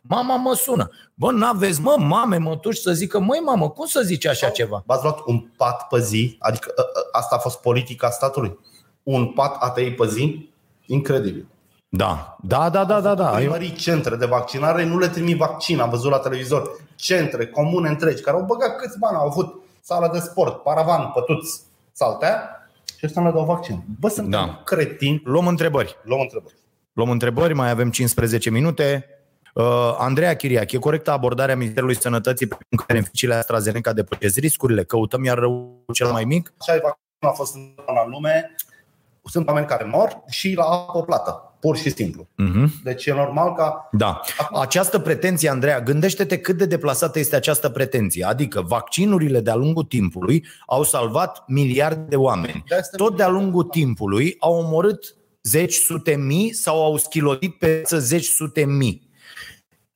B: Mama mă sună. Bă, n-aveți, mă, mame, mă, tu să zică, măi, mamă, cum să zici așa ceva?
C: V-ați luat un pat pe zi? Adică ă, ă, asta a fost politica statului? Un pat atei pe zi? Incredibil.
B: Da, da, da, da, da, da. Eu-
C: Primării centre de vaccinare nu le trimit vaccin, am văzut la televizor. Centre, comune întregi, care au băgat câți bani au avut, sala de sport, paravan, pătuți, saltea, și ăștia nu le dau vaccin. Bă, sunt
B: Da.
C: da. cretini.
B: Luăm întrebări.
C: Luăm întrebări.
B: Luăm întrebări, mai avem 15 minute. Uh, Andreea Chiriac, e corectă abordarea Ministerului Sănătății pentru beneficiile AstraZeneca depășesc riscurile? Căutăm iar rău cel mai mic?
C: Așa e vaccinul a fost întotdeauna în lume. Sunt oameni care mor și la apă plată, pur și simplu.
B: Uh-huh.
C: Deci e normal ca
B: Da. Această pretenție, Andreea, gândește-te cât de deplasată este această pretenție. Adică vaccinurile de-a lungul timpului au salvat miliarde de oameni.
C: De asta-
B: Tot de-a lungul timpului au omorât zeci sute mii sau au schilodit pe piață zeci sute mii.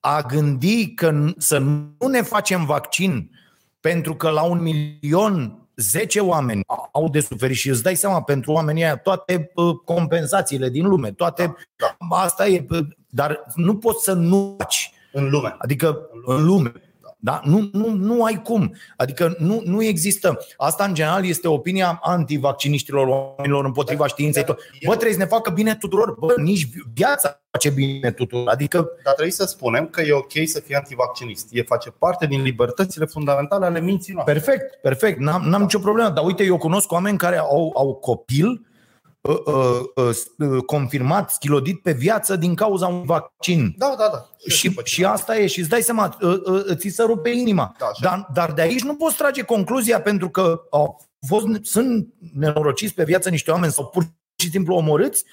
B: A gândi că n- să nu ne facem vaccin pentru că la un milion 10 oameni au- au de suferit și îți dai seama pentru oamenii aia toate uh, compensațiile din lume, toate asta e, uh, dar nu poți să nu faci.
C: în lume.
B: Adică în lume. Da? Nu, nu, nu ai cum. Adică nu, nu există. Asta, în general, este opinia antivacciniștilor, oamenilor împotriva științei. Tot. Bă, trebuie să ne facă bine tuturor. Bă, nici viața face bine tuturor. Adică,
C: Dar trebuie să spunem că e ok să fii antivaccinist. E face parte din libertățile fundamentale ale minții noastre.
B: perfect, perfect, n-am, n-am nicio problemă. Dar uite, eu cunosc oameni care au, au copil uh, uh, uh, uh, confirmat, schilodit pe viață din cauza un vaccin.
C: Da, da, da.
B: Și, și asta e, și îți dai seama, uh, uh, ți se rupe inima.
C: Da, așa.
B: dar, dar de aici nu poți trage concluzia pentru că au fost, sunt nenorociți pe viață niște oameni sau pur și simplu omorâți,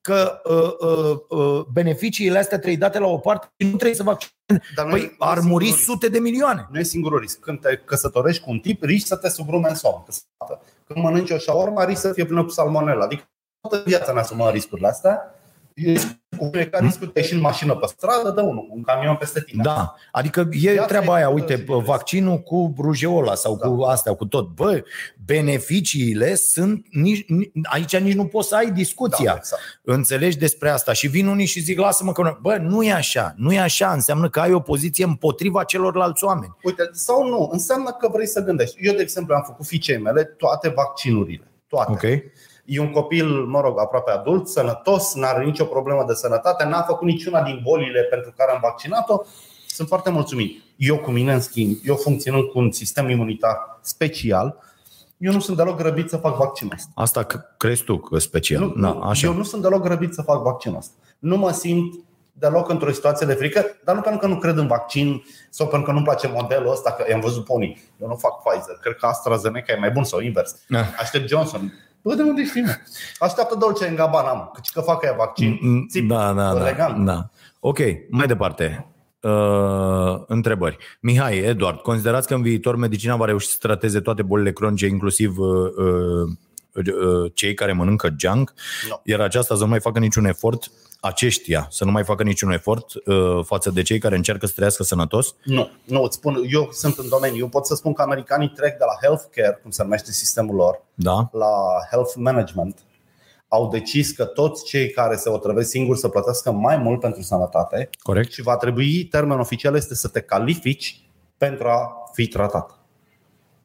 B: că uh, uh, uh, beneficiile astea trebuie date la o parte și nu trebuie să vaccineze.
C: Dar nu e- nu
B: Păi
C: e
B: ar muri
C: singurul risc.
B: sute de milioane.
C: Nu e singurul risc. Când te căsătorești cu un tip, riști să te sugrume în somn. că se poate. Când mănânci o șaorma, riști să fie plină cu salmonella. Adică toată viața ne asumăm riscurile astea. Riscul Cu fiecare risc te ieși în mașină pe stradă, dă unul, cu un camion peste tine.
B: Da, adică e
C: Viața
B: treaba aia,
C: e-
B: uite,
C: și-
B: vaccinul cu rujeola sau
C: Da.
B: cu astea, cu tot. Bă, beneficiile sunt, nici, ni- aici nici nu poți să ai discuția.
C: Da, exact.
B: Înțelegi despre asta și vin unii și zic, lasă-mă că nu. Bă, nu e așa, nu e așa, înseamnă că ai o poziție împotriva celorlalți oameni.
C: Uite, sau nu, înseamnă că vrei să gândești. Eu, de exemplu, am făcut fiicei mele toate vaccinurile. Toate. E un copil, mă rog, aproape adult, sănătos, nu are nicio problemă de sănătate, n-a făcut niciuna din bolile pentru care am vaccinat-o. Sunt foarte mulțumit. Eu cu mine, în schimb, eu funcționând cu un sistem imunitar special, eu nu sunt deloc grăbit să fac vaccinul ăsta.
B: Asta c- crezi tu că special.
C: Nu,
B: Na, așa.
C: Eu nu sunt deloc grăbit să fac vaccinul ăsta. Nu mă simt deloc într-o situație de frică, dar nu pentru că nu cred în vaccin sau pentru că nu-mi place modelul ăsta, că i-am văzut pe unii. Eu nu fac Pfizer, cred că AstraZeneca e mai bun sau invers.
B: Da.
C: Aștept Johnson. Bă, de unde știm? Așteaptă Dolce în Gabbana, mă, căci că fac aia vaccin.
B: Mm,
C: Țip,
B: Da, da, da,
C: elegant.
B: da. Ok, mai departe. Uh, întrebări. Mihai, Eduard, considerați că în viitor medicina va reuși să trateze toate bolile cronice, inclusiv uh, uh, uh, cei care mănâncă junk,
C: Nu.
B: iar aceasta să nu mai facă niciun efort, aceștia să nu mai facă niciun efort uh, față de cei care încearcă să trăiască sănătos?
C: Nu, nu, îți spun, eu sunt în domeniu, eu pot să spun că americanii trec de la healthcare, cum se numește sistemul lor,
B: Da?
C: la health management au decis că toți cei care se otrăvesc singuri să plătească mai mult pentru sănătate
B: Corect?
C: și va trebui, termenul oficial este să te califici pentru a fi tratat.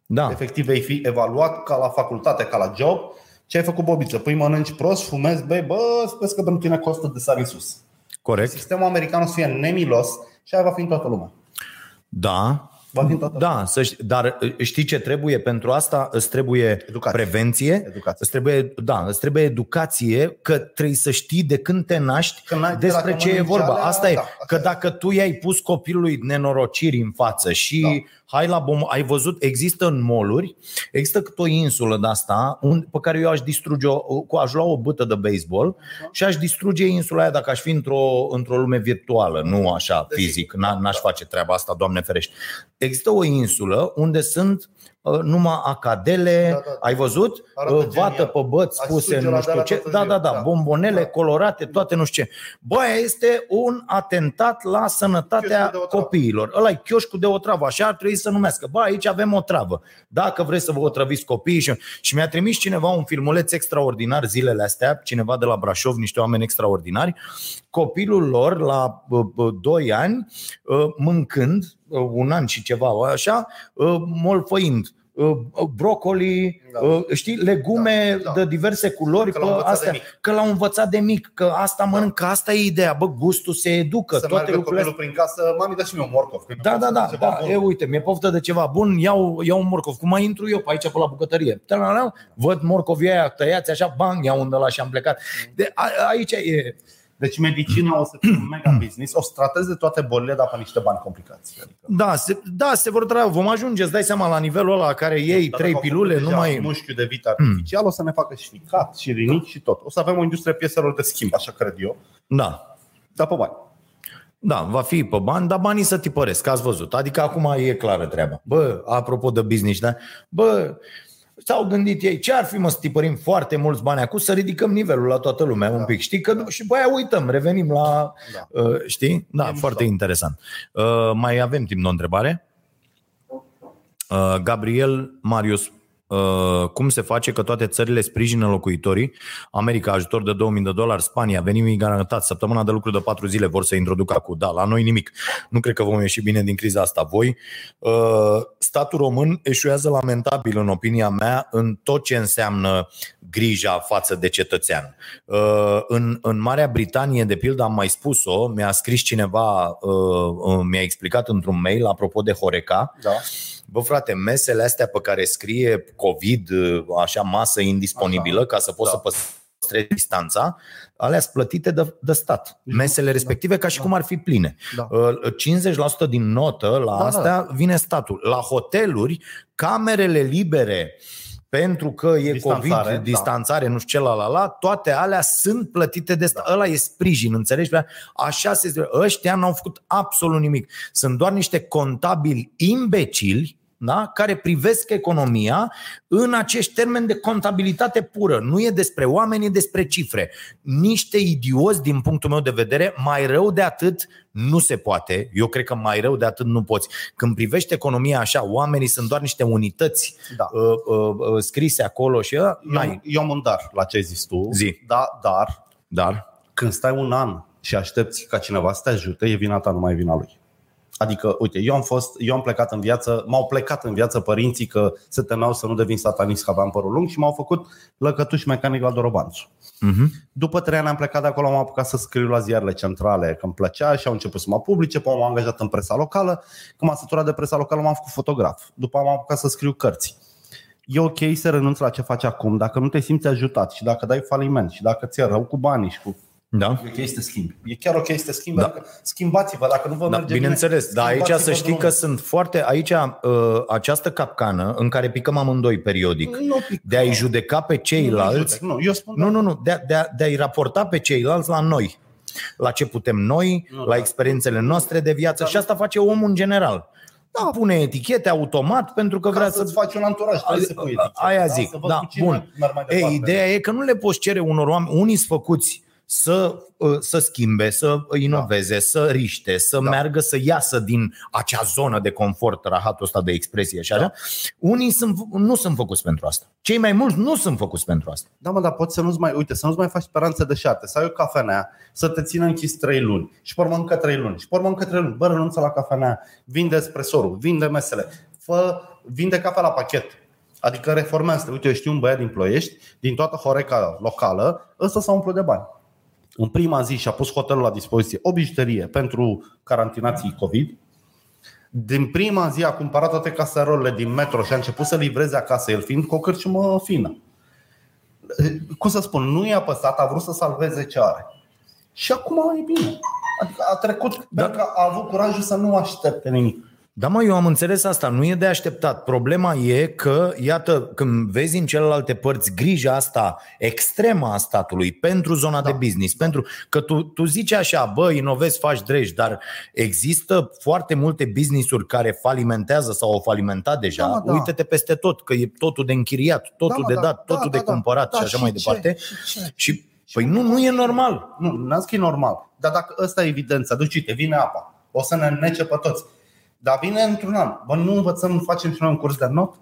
B: Da.
C: Efectiv vei fi evaluat ca la facultate, ca la job, ce ai făcut bobiță, păi mănânci prost, fumezi, bei, bă, vezi că pentru tine costă de sari în sus.
B: Corect?
C: Sistemul american o să fie nemilos și aia va fi în toată lumea.
B: Da.
C: Va fi în toată
B: Da, să ști, dar uh, știi ce trebuie pentru asta? Îți trebuie
C: Educație.
B: prevenție,
C: Educație.
B: Îți trebuie, da, îți trebuie educație că trebuie să știi de când te naști
C: Când ai- de la
B: despre ce e
C: cămănunțele,
B: vorba. Asta e,
C: da,
B: că
C: asta e.
B: dacă tu i-ai pus copilului nenorociri în față și da. hai la bom, ai văzut, există în moluri, există cât o insulă de asta un, pe care eu aș distruge, o, cu aș lua o bâtă de baseball și aș distruge insula aia dacă aș fi într-o, într-o lume virtuală, nu așa
C: Desigur.
B: fizic, n- n-aș
C: da.
B: face treaba asta, Doamne ferește. Există o insulă unde sunt uh, numai acadele,
C: Da, da, da.
B: ai văzut?
C: Arată
B: Uh, Vată
C: genial.
B: pe băți
C: Aș
B: puse,
C: suge la
B: nu știu
C: Dara
B: ce.
C: toată
B: Da,
C: ziua.
B: da, da,
C: Da.
B: bombonele
C: Da.
B: colorate, toate nu știu ce. Bă, aia este un atentat la sănătatea
C: Chioșcul de otravă.
B: copiilor. Ăla e chioșcul de otravă, așa ar trebui să numească. Bă, aici avem o travă. Dacă vreți să vă otrăviți copiii și... și mi-a trimis cineva un filmuleț extraordinar zilele astea, cineva de la Brașov, niște oameni extraordinari, copilul lor la 2 ani uh, mâncând uh, un an și ceva așa, uh, molfăind uh, brocoli,
C: Da.
B: uh, știi, legume
C: Da, da.
B: de diverse culori,
C: Că
B: pe
C: l-au învățat de
B: astea,
C: mic. Da.
B: că l-au învățat de mic, că asta mănânc, că asta e ideea, bă, gustul se educă,
C: să
B: toate
C: meargă
B: lucrurile
C: copilul
B: astea.
C: prin casă, mami, dă și mie un morcov. că mi-e
B: Da,
C: poftă
B: da,
C: de
B: da,
C: ceva
B: da.
C: bun.
B: E, uite, mi-e poftă de ceva bun, iau, iau un morcov. Cum mai intru eu pe aici, pe la bucătărie? Tălălău, Văd morcovii aia tăiați așa, bang, iau un ăla și am plecat. De, a, aici e...
C: Deci medicina o să fie un mega business, o să trateze toate bolile, dar pe niște bani complicați. Adică,
B: Da, se, da, se vor trăi. Vom ajunge, îți dai seama, la nivelul ăla care iei
C: Da, Dar
B: trei
C: dacă au
B: pilule, Hmm.
C: făcut
B: nu
C: deja
B: mai...
C: Mușchiul de vit artificial o să ne facă și ficat, și rinic și tot. O să avem o industrie pieselor de schimb, așa cred eu.
B: Da.
C: Dar pe bani.
B: Da, va fi pe bani, dar banii să tipăresc, ați văzut. Adică acum e clară treaba. Bă, apropo de business, da? Bă, s-au gândit ei, ce ar fi mă să tipărim foarte mulți bani acum, să ridicăm nivelul la toată lumea da. un pic, știi? Că, și după aia uităm, revenim la,
C: Da.
B: da. uh, știi? Da,
C: E
B: foarte
C: mișto.
B: interesant. Uh, mai avem timp de o întrebare? Uh, Gabriel Marius, uh, cum se face că toate țările sprijină locuitorii? America, ajutor de 2000 de dolari, Spania, venim garantat, săptămâna de lucru de 4 zile vor să introducă acum. Da, la noi nimic. Nu cred că vom ieși bine din criza asta. Voi, uh, statul român eșuează lamentabil, în opinia mea, în tot ce înseamnă grija față de cetățean. Uh, În, în Marea Britanie, de pildă, am mai spus-o, mi-a scris cineva, uh, uh, mi-a explicat într-un mail, apropo de Horeca,
C: Da.
B: Bă, frate, mesele astea pe care scrie COVID, așa, masă indisponibilă,
C: Așa.
B: ca să poți
C: Da.
B: să păstrezi păstrezi distanța, alea sunt plătite de, de stat. Mesele respective ca și
C: Da.
B: cum ar fi pline.
C: Da.
B: Uh, 50% din notă la
C: Da,
B: astea vine statul. La hoteluri, camerele libere pentru că e
C: Distanțare,
B: COVID,
C: da.
B: distanțare, nu știu ce, la la la, toate alea sunt plătite de stat. Ăla e sprijin, înțelegi? Așa se Ăștia n-au făcut absolut nimic. Sunt doar niște contabili imbecili da? care privesc economia în acești termeni de contabilitate pură. Nu e despre oameni, e despre cifre. Niște idioți, din punctul meu de vedere, mai rău de atât nu se poate. Eu cred că mai rău de atât nu poți. Când privești economia așa, oamenii sunt doar niște unități
C: Da.
B: uh, uh, uh, scrise acolo și uh,
C: Eu,
B: n-ai.
C: eu am un dar la ce ai zis tu.
B: Zi.
C: Da, dar
B: Dar,
C: când stai un an și aștepți ca cineva să te ajute, e vina ta, nu mai e vina lui. Adică, uite, eu am fost, eu am plecat în viață, m-au plecat în viață părinții că se temeau să nu devin satanist că aveam părul lung și m-au făcut lăcătuș mecanic la Dorobanțu.
B: uh-huh.
C: După trei ani am plecat de acolo, am apucat să scriu la ziarele centrale, că îmi plăcea și au început să mă publice, pe m-am angajat în presa locală, când m-am săturat de presa locală m-am făcut fotograf, după am apucat să scriu cărți. E ok să renunți la ce faci acum, dacă nu te simți ajutat și dacă dai faliment și dacă ți-e rău cu banii și cu...
B: da.
C: E ok să te schimbi. E chiar ok să te schimbi,
B: Da.
C: da. dacă... schimbați-vă, dacă nu vă
B: Da,
C: merge
B: bineînțeles,
C: bine,
B: dar aici să
C: schimbați-vă
B: știi că
C: drumul.
B: sunt foarte, aici uh, această capcană în care picăm amândoi periodic,
C: Nu,
B: de a-i judeca pe
C: nu,
B: ceilalți,
C: judec, nu, eu spun
B: Nu, nu, nu. De, a- de, a- de a-i raporta pe ceilalți la noi. La ce putem noi,
C: Nu,
B: la
C: da.
B: experiențele noastre de viață.
C: Dar
B: Și asta face omul în general. Da, pune etichete automat pentru că
C: Ca
B: vrea
C: să-ți
B: să...
C: faci un anturaj, trebuie să pui etichete,
B: Aia
C: da?
B: zic,
C: Să văd
B: da,
C: cu cine
B: bun.
C: merg mai
B: Ei,
C: departe.
B: ideea e că nu le poți cere unor oameni, unii sunt făcuți să, uh, să schimbe, să
C: Da.
B: inoveze, să riște, să meargă, să iasă din acea zonă de confort, rahatul ăsta de expresie și așa.
C: Da.
B: Unii sunt, nu sunt făcuți pentru asta. Cei mai mulți nu sunt făcuți pentru asta.
C: Da, mă, dar poți să nu-ți mai, uite, să nu-ți mai faci speranțe de șarte, să ai o cafenea, să te țină închis 3 luni și pe urmă încă 3 luni și pe urmă încă 3 luni. Bă, renunță la cafenea, vinde espresorul, vinde mesele, fă, vinde cafea la pachet. Adică reformează Uite, eu știu un băiat din Ploiești, din toată Horeca locală, ăsta s-a umplut de bani. În prima zi și-a pus hotelul la dispoziție o bijuterie pentru carantinații COVID, din prima zi a cumpărat toate caserolele din metro și a început să livreze acasă, el fiind cu o cârciumă fină cum să spun, nu i-a păsat, a vrut să salveze ce are. Și acum e bine. Adică a trecut, da. pentru că a avut curajul să nu aștepte nimic.
B: Da, mă, eu am înțeles asta. Nu e de așteptat. Problema e că, iată, când vezi în celelalte părți grija asta extremă a statului pentru zona da. de business, pentru că tu, tu zici așa, bă, inovezi, faci drești, dar există foarte multe business-uri care falimentează sau au falimentat deja.
C: Da, mă, da.
B: Uite-te peste tot, că e totul de închiriat, totul
C: mă,
B: de
C: da,
B: dat,
C: da,
B: totul
C: da,
B: de
C: da.
B: cumpărat
C: Da,
B: și așa
C: și
B: mai
C: ce?
B: departe.
C: Și ce?
B: Și, păi nu, nu e normal.
C: Nu, n-am zis că e normal. Dar dacă ăsta e evidența, deci uite, vine apa. O să ne nece pe toți. Dar vine într-un an. Bă, nu învățăm, nu facem și noi un curs de not?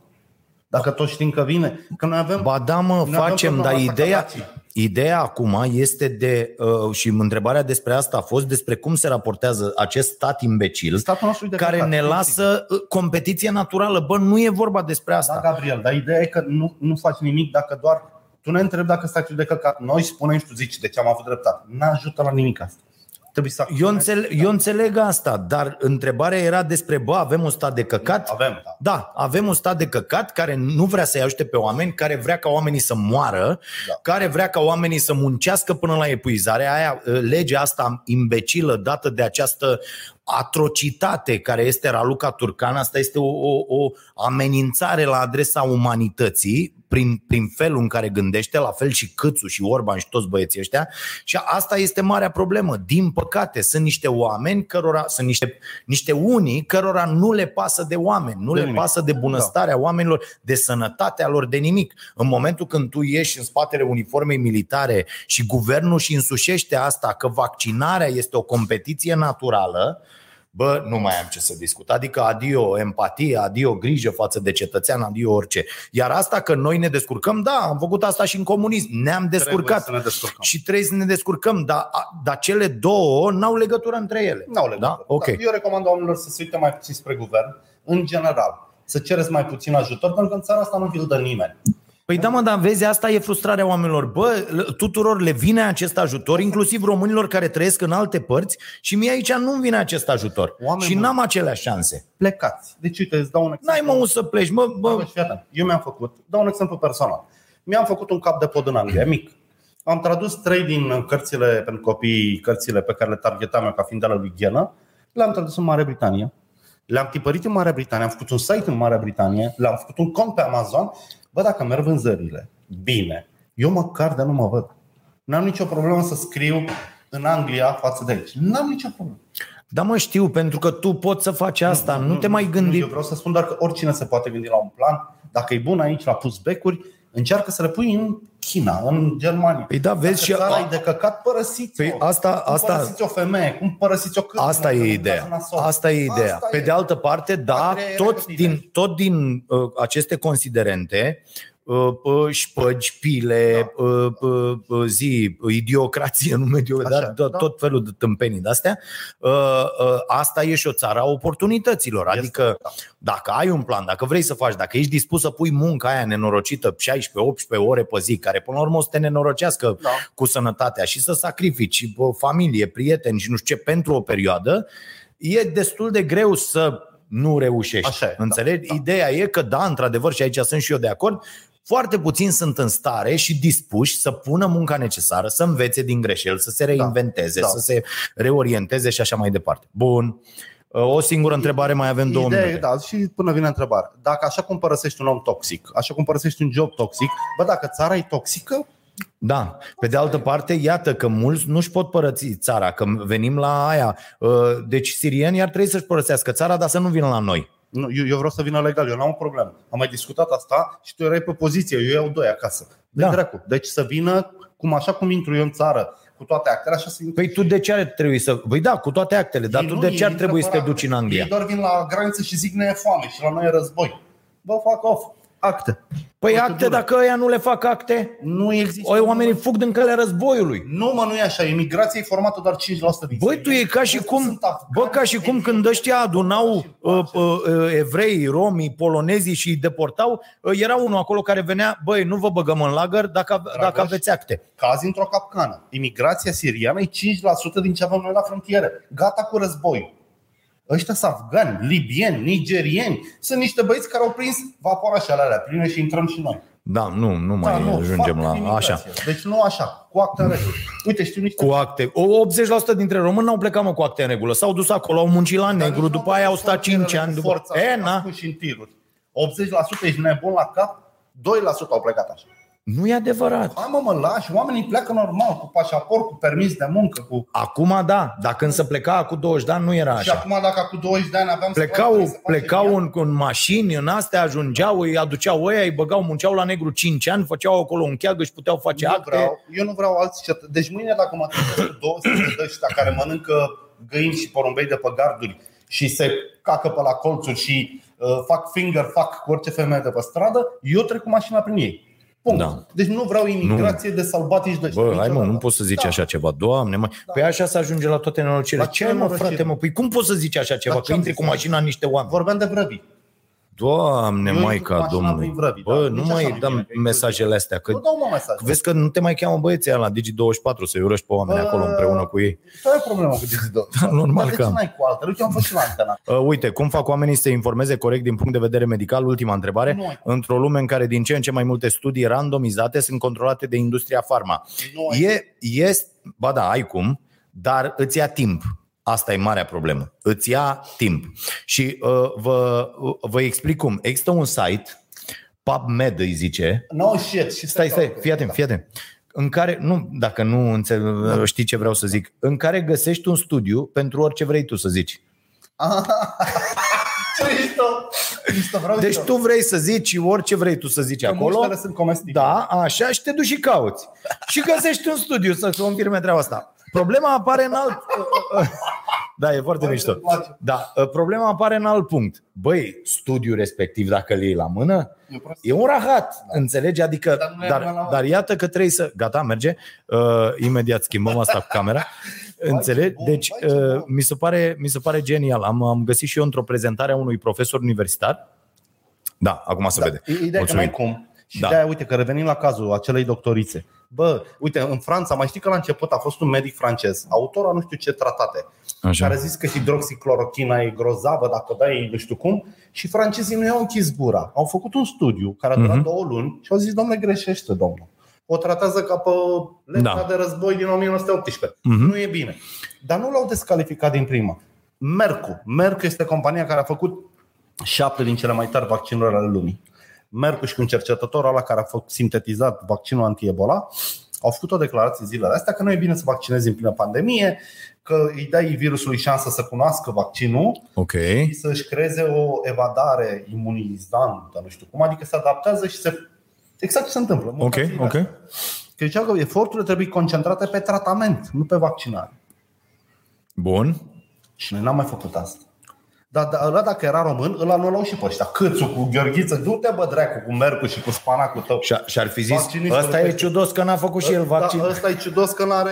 C: Dacă toți știm că vine. Că noi avem...
B: Ba da, mă,
C: Ne
B: facem,
C: avem
B: dar
C: problema asta
B: ideea,
C: ca taxi.
B: ideea acum este de, uh, și întrebarea despre asta a fost, despre cum se raportează acest stat imbecil
C: statul nostru e de
B: care
C: căcat,
B: ne
C: nu-i
B: lasă uh, competiție naturală. Bă, nu e vorba despre
C: Da,
B: asta.
C: Gabriel, dar ideea e că nu, nu faci nimic dacă doar tu ne întrebi dacă statul de căcat. Noi spunem și tu zici de ce am avut dreptate. N-ajută la nimic asta. Trebuie să
B: Eu înțeleg, eu înțeleg asta, dar întrebarea era despre, bă, avem un stat de căcat?
C: Avem, da.
B: Da, avem un stat de căcat care nu vrea să-i ajute pe oameni, care vrea ca oamenii să moară, da.
C: Da.
B: care vrea ca oamenii să muncească până la epuizare. Aia, ă, legea asta imbecilă dată de această atrocitate care este Raluca Turcan, asta este o, o, o amenințare la adresa umanității prin, prin felul în care gândește, la fel și Câțu și Orban și toți băieții ăștia. Și asta este marea problemă. Din păcate, sunt niște oameni cărora, sunt niște, niște unii cărora nu le pasă de oameni, nu
C: De
B: le
C: nimic.
B: pasă de bunăstarea oamenilor, de sănătatea lor, de nimic. În momentul când tu ieși în spatele uniformei militare și guvernul și însușește asta că vaccinarea este o competiție naturală, bă, nu mai am ce să discut. Adică adio empatie, adio grijă față de cetățean, adio orice. Iar asta că noi ne descurcăm, da, am făcut asta și în comunism, ne-am descurcat
C: Trebuie să ne descurcăm.
B: și trebuie să ne descurcăm, dar, a- dar cele două n-au legătură între ele.
C: N-au legătură.
B: Da? Ok.
C: Dar Eu recomand oamenilor să se uite mai puțin spre guvern, în general. Să cereți mai puțin ajutor, pentru că în țara asta nu vi-l dă nimeni.
B: Păi da, mă, dar vezi, asta e frustrarea oamenilor. Bă, l- tuturor le vine acest
C: Da.
B: ajutor, inclusiv românilor care trăiesc în alte părți și mie aici nu-mi vine acest ajutor.
C: Oameni
B: și
C: buni.
B: n-am aceleași șanse.
C: Plecați. Deci, uite, îți dau un exemplu.
B: N-ai mă unde să pleci, mă,
C: Bă,
B: bă.
C: și fii atent. Eu mi-am făcut, dau un exemplu personal. Mi-am făcut un cap de pod în Anglia, mic. am tradus trei din cărțile pentru copii, cărțile pe care le targetam eu ca fiind ale lui Ghenă, le-am tradus în Marea Britanie. Le-am tipărit în Marea Britanie, am făcut un site în Marea Britanie, le-am făcut un cont pe Amazon. Bă, dacă merg vânzările, bine. Eu măcar de nu mă văd. N-am nicio problemă să scriu în Anglia față de aici. N-am nicio problemă.
B: Da, mă știu, pentru că tu poți să faci asta, nu, te mai
C: Nu,
B: gândi.
C: eu vreau să spun doar că oricine se poate gândi la un plan. Dacă e bun aici, la pus becuri, încearcă să le pui în China, în Germania.
B: Păi da, vezi și
C: Dacă țara
B: a-
C: e de căcat, părăsiți-o.
B: Păi asta-
C: cum
B: asta-
C: părăsiți o femeie, cum părăsiți o cârmă,
B: Asta
C: cum
B: e
C: dați
B: ideea.
C: un nasol.
B: Asta e ideea.
C: Asta
B: Pe
C: e.
B: de altă parte, da,
C: Patria era
B: tot
C: bine.
B: din, tot din uh, aceste considerente, uh, pă- șpăgi, pile,
C: Da.
B: uh, uh, uh, zi, idiocrație, nu mediu,
C: Așa,
B: dar da.
C: da.
B: tot felul de tâmpenii de-astea, uh, uh, asta e și o țară a oportunităților.
C: Este,
B: Adică
C: da.
B: dacă ai un plan, dacă vrei să faci, dacă ești dispus să pui munca aia nenorocită 16-18 ore pe zi, care până la urmă o să te nenorocească
C: Da.
B: cu sănătatea și să sacrifici bă, familie, prieteni și nu știu ce pentru o perioadă, e destul de greu să nu reușești.
C: Așa e, da,
B: înțelegi? Da, Ideea e că, da, într-adevăr, și aici sunt și eu de acord, foarte puțini sunt în stare și dispuși să pună munca necesară, să învețe din greșeli, să se reinventeze, da,
C: da.
B: să se reorienteze și așa mai departe. Bun. O singură întrebare, mai avem două
C: Ideea e,
B: minute.
C: da, și până vine întrebarea. Dacă așa cum părăsești un om toxic, așa cum părăsești un job toxic, bă, dacă țara e toxică,
B: Da. Pe de altă parte, iată că mulți nu-și pot părăți țara, că venim la aia. Uh, Deci sirienii ar trebui să-și părăsească țara, dar să nu vină la noi.
C: nu, eu, eu vreau să vină legal, eu n-am o problemă. Am mai discutat asta și tu erai pe poziție, eu iau doi acasă. De
B: Da.
C: da. dracu. Deci să vină, cum așa cum intru eu în țară, cu toate actele, așa să
B: Păi tu de ce ar trebui să... Păi da, cu toate actele, dar
C: Ei
B: tu
C: nu,
B: de
C: ei
B: ce ar
C: intră
B: trebui să
C: pe
B: te
C: rahat.
B: duci în Anglia?
C: Ei doar vin la graniță și zic ne e foame și la noi e război. Bă, fac off. Acte.
B: Păi
C: Procedură.
B: acte, dacă ăia nu le fac acte,
C: Nu există.
B: oi, oamenii fug din calea războiului.
C: Nu, mă, nu e așa. Imigrația e formată doar 5% din
B: Băi, tu e ca și
C: Restul
B: cum,
C: sunt afgani,
B: bă, ca și cum
C: eleni.
B: când ăștia adunau
C: Și
B: uh,
C: pace.
B: uh, uh, evrei, romii, polonezii și îi deportau, uh, era unul acolo care venea, băi, nu vă băgăm în lagăr dacă, ave- dacă aveți acte.
C: Cazi într-o capcană. Imigrația siriană e 5% din ce avem noi la frontiere. Gata cu războiul. Ăștia sunt afgani, libieni, nigerieni. Sunt niște băieți care au prins vapora și alea, alea pline și intrăm și noi.
B: Da, nu, nu mai
C: da, nu,
B: ajungem
C: fac
B: la...
C: imigrație.
B: Așa.
C: Deci nu așa, cu acte în regulă. Uite, știu niște
B: Cu acte. O, 80% dintre români n-au plecat mă cu acte în regulă. S-au dus acolo, au muncit la
C: Dar
B: negru,
C: nici
B: după
C: nu
B: aia au
C: fost
B: stat 5
C: frontierele
B: ani.
C: cu
B: După...
C: forța,
B: E,
C: a
B: na,
C: spus și în tiruri. 80% ești nebun la cap, 2% au plecat așa.
B: nu e adevărat.
C: Hai mă, mă lași, oamenii pleacă normal, cu pașaport, cu permis de muncă, cu...
B: Acum da, dar când se pleca cu 20 de ani nu era
C: Și
B: așa.
C: acum dacă cu 20 de ani aveam să facem, să
B: Plecau,
C: facem
B: plecau
C: bine,
B: în, în mașini, în astea ajungeau, îi aduceau ăia, îi băgau, munceau la negru 5 ani, făceau acolo un cheag, își puteau face
C: eu,
B: acte.
C: vreau, eu nu vreau alți cetă... Deci mâine dacă mă trezesc cu 200 de ăștia care mănâncă găini și porumbei de pe garduri și se cacă pe la colțuri și uh, fac finger, fac cu orice femeie de pe stradă, eu trec cu mașina prin ei. Punct.
B: Da.
C: Da. Deci nu vreau imigrație nu. de salbatici de ăștia,
B: Bă, hai mă,
C: niciodată.
B: nu poți să zici
C: Da.
B: așa ceva. Doamne, mă. Păi așa se ajunge la toate nenorocirile.
C: La
B: Ce
C: ce
B: mă,
C: nenorocire?
B: frate, mă? Păi cum poți să zici așa ceva?
C: La
B: Că
C: ce am
B: intri
C: zis,
B: cu
C: mă?
B: mașina în niște oameni.
C: Vorbeam de vrăbii.
B: Doamne,
C: Eu intru cu
B: maica
C: mașina
B: Domnului.
C: prin vrăbi, da.
B: Bă, nu
C: Nici așa
B: mai
C: nu-i bine,
B: dăm
C: că e
B: mesajele astea. Că
C: Nu dau mă mesaj.
B: vezi că nu te mai cheamă băieții ăia la Digi24 să-i urăști pe oameni
C: Bă.
B: acolo împreună cu ei.
C: Tu ai problemă cu Digi2.
B: Da,
C: Dar
B: normal
C: de
B: că
C: ce
B: am.
C: n-ai cu altele? Uite, eu am fost și la antena.
B: Uh, Uite, cum fac oamenii să se informeze corect din punct de vedere medical? Ultima întrebare.
C: Nu.
B: Într-o lume în care din ce în ce mai multe studii randomizate sunt controlate de industria farma.
C: Nu ai-
B: E, este, ba da, ai cum, dar îți ia timp. Asta e marea problemă. Îți ia timp. Și uh, vă, vă explic cum. Există un site, PubMed îi zice,
C: No shit. Și
B: Stai, stai, fii atent, fii atent. În care, nu, dacă nu
C: Da.
B: înțe- știi ce vreau să zic, în care găsești un studiu pentru orice vrei tu să zici.
C: Cristo, Cristo, vreau
B: Deci
C: și eu.
B: tu vrei să zici orice vrei tu să zici
C: Că
B: acolo.
C: muștele sunt comestibile.
B: Da, așa, și te duci și cauți. Și găsești un studiu să confirme treaba asta. Problema apare în alt... Da, e foarte
C: Bă,
B: mișto.
C: îmi place.
B: Da, problema apare în alt punct. Băi, studiul respectiv, dacă îl iei la mână,
C: Eu prost.
B: E un rahat, da. înțelegi? Adică,
C: Dar nu
B: dar,
C: le
B: dar,
C: rămân la oameni.
B: dar iată că trebuie să... Gata, merge. Uh, imediat schimbăm asta cu camera. înțelegi?
C: bun,
B: Deci,
C: vai, ce
B: uh,
C: bun.
B: mi, se pare, mi se pare genial. Am, am găsit și eu într-o prezentare a unui profesor universitar. Da, acum se vede.
C: E- Ideea e că n-ai
B: Mulțumim.
C: cum. Și
B: Da.
C: da. de-aia, uite, că revenim la cazul acelei doctorițe. Bă, uite, în Franța, mai știi că la început a fost un medic francez, autor a nu știu ce tratate,
B: Așa.
C: care a zis că hidroxiclorochina e grozavă dacă o dai nu știu cum, și francezii nu i-au închis gura. Au făcut un studiu care a durat
B: Mhm.
C: două luni și au zis, domnule, greșește, domnul. o tratează ca pe lepra
B: Da.
C: da. de război din 1918.
B: Mhm.
C: Nu e bine. Dar nu l-au descalificat din prima. Mercu. Mercu este compania care a făcut șapte din cele mai tari vaccinuri ale lumii. Mercu și cu un cercetător ăla care a făcut sintetizat vaccinul anti-ebola, au făcut o declarație zilele astea că nu e bine să vaccinezi în plină pandemie, că îi dai virusului șansa să cunoască vaccinul
B: Ok.
C: și să-și creeze o evadare imunizantă, nu știu cum, adică se adaptează și se... Exact ce se întâmplă.
B: Ok,
C: mutațiile
B: ok.
C: astea. Că zicea că eforturile trebuie concentrate pe tratament, nu pe vaccinare.
B: Bun.
C: Și noi n-am mai făcut asta. Dar da, ăla dacă era român, îl anulau și pe ăștia. Câțu cu Gheorghiță, du-te bă dracu cu Mercu și cu spanacul tău.
B: Și- Și ar fi zis,
C: Vaccinistul
B: ăsta e
C: respectiv.
B: ciudos că n-a făcut și el vaccin.
C: Da, ăsta e ciudos că n-are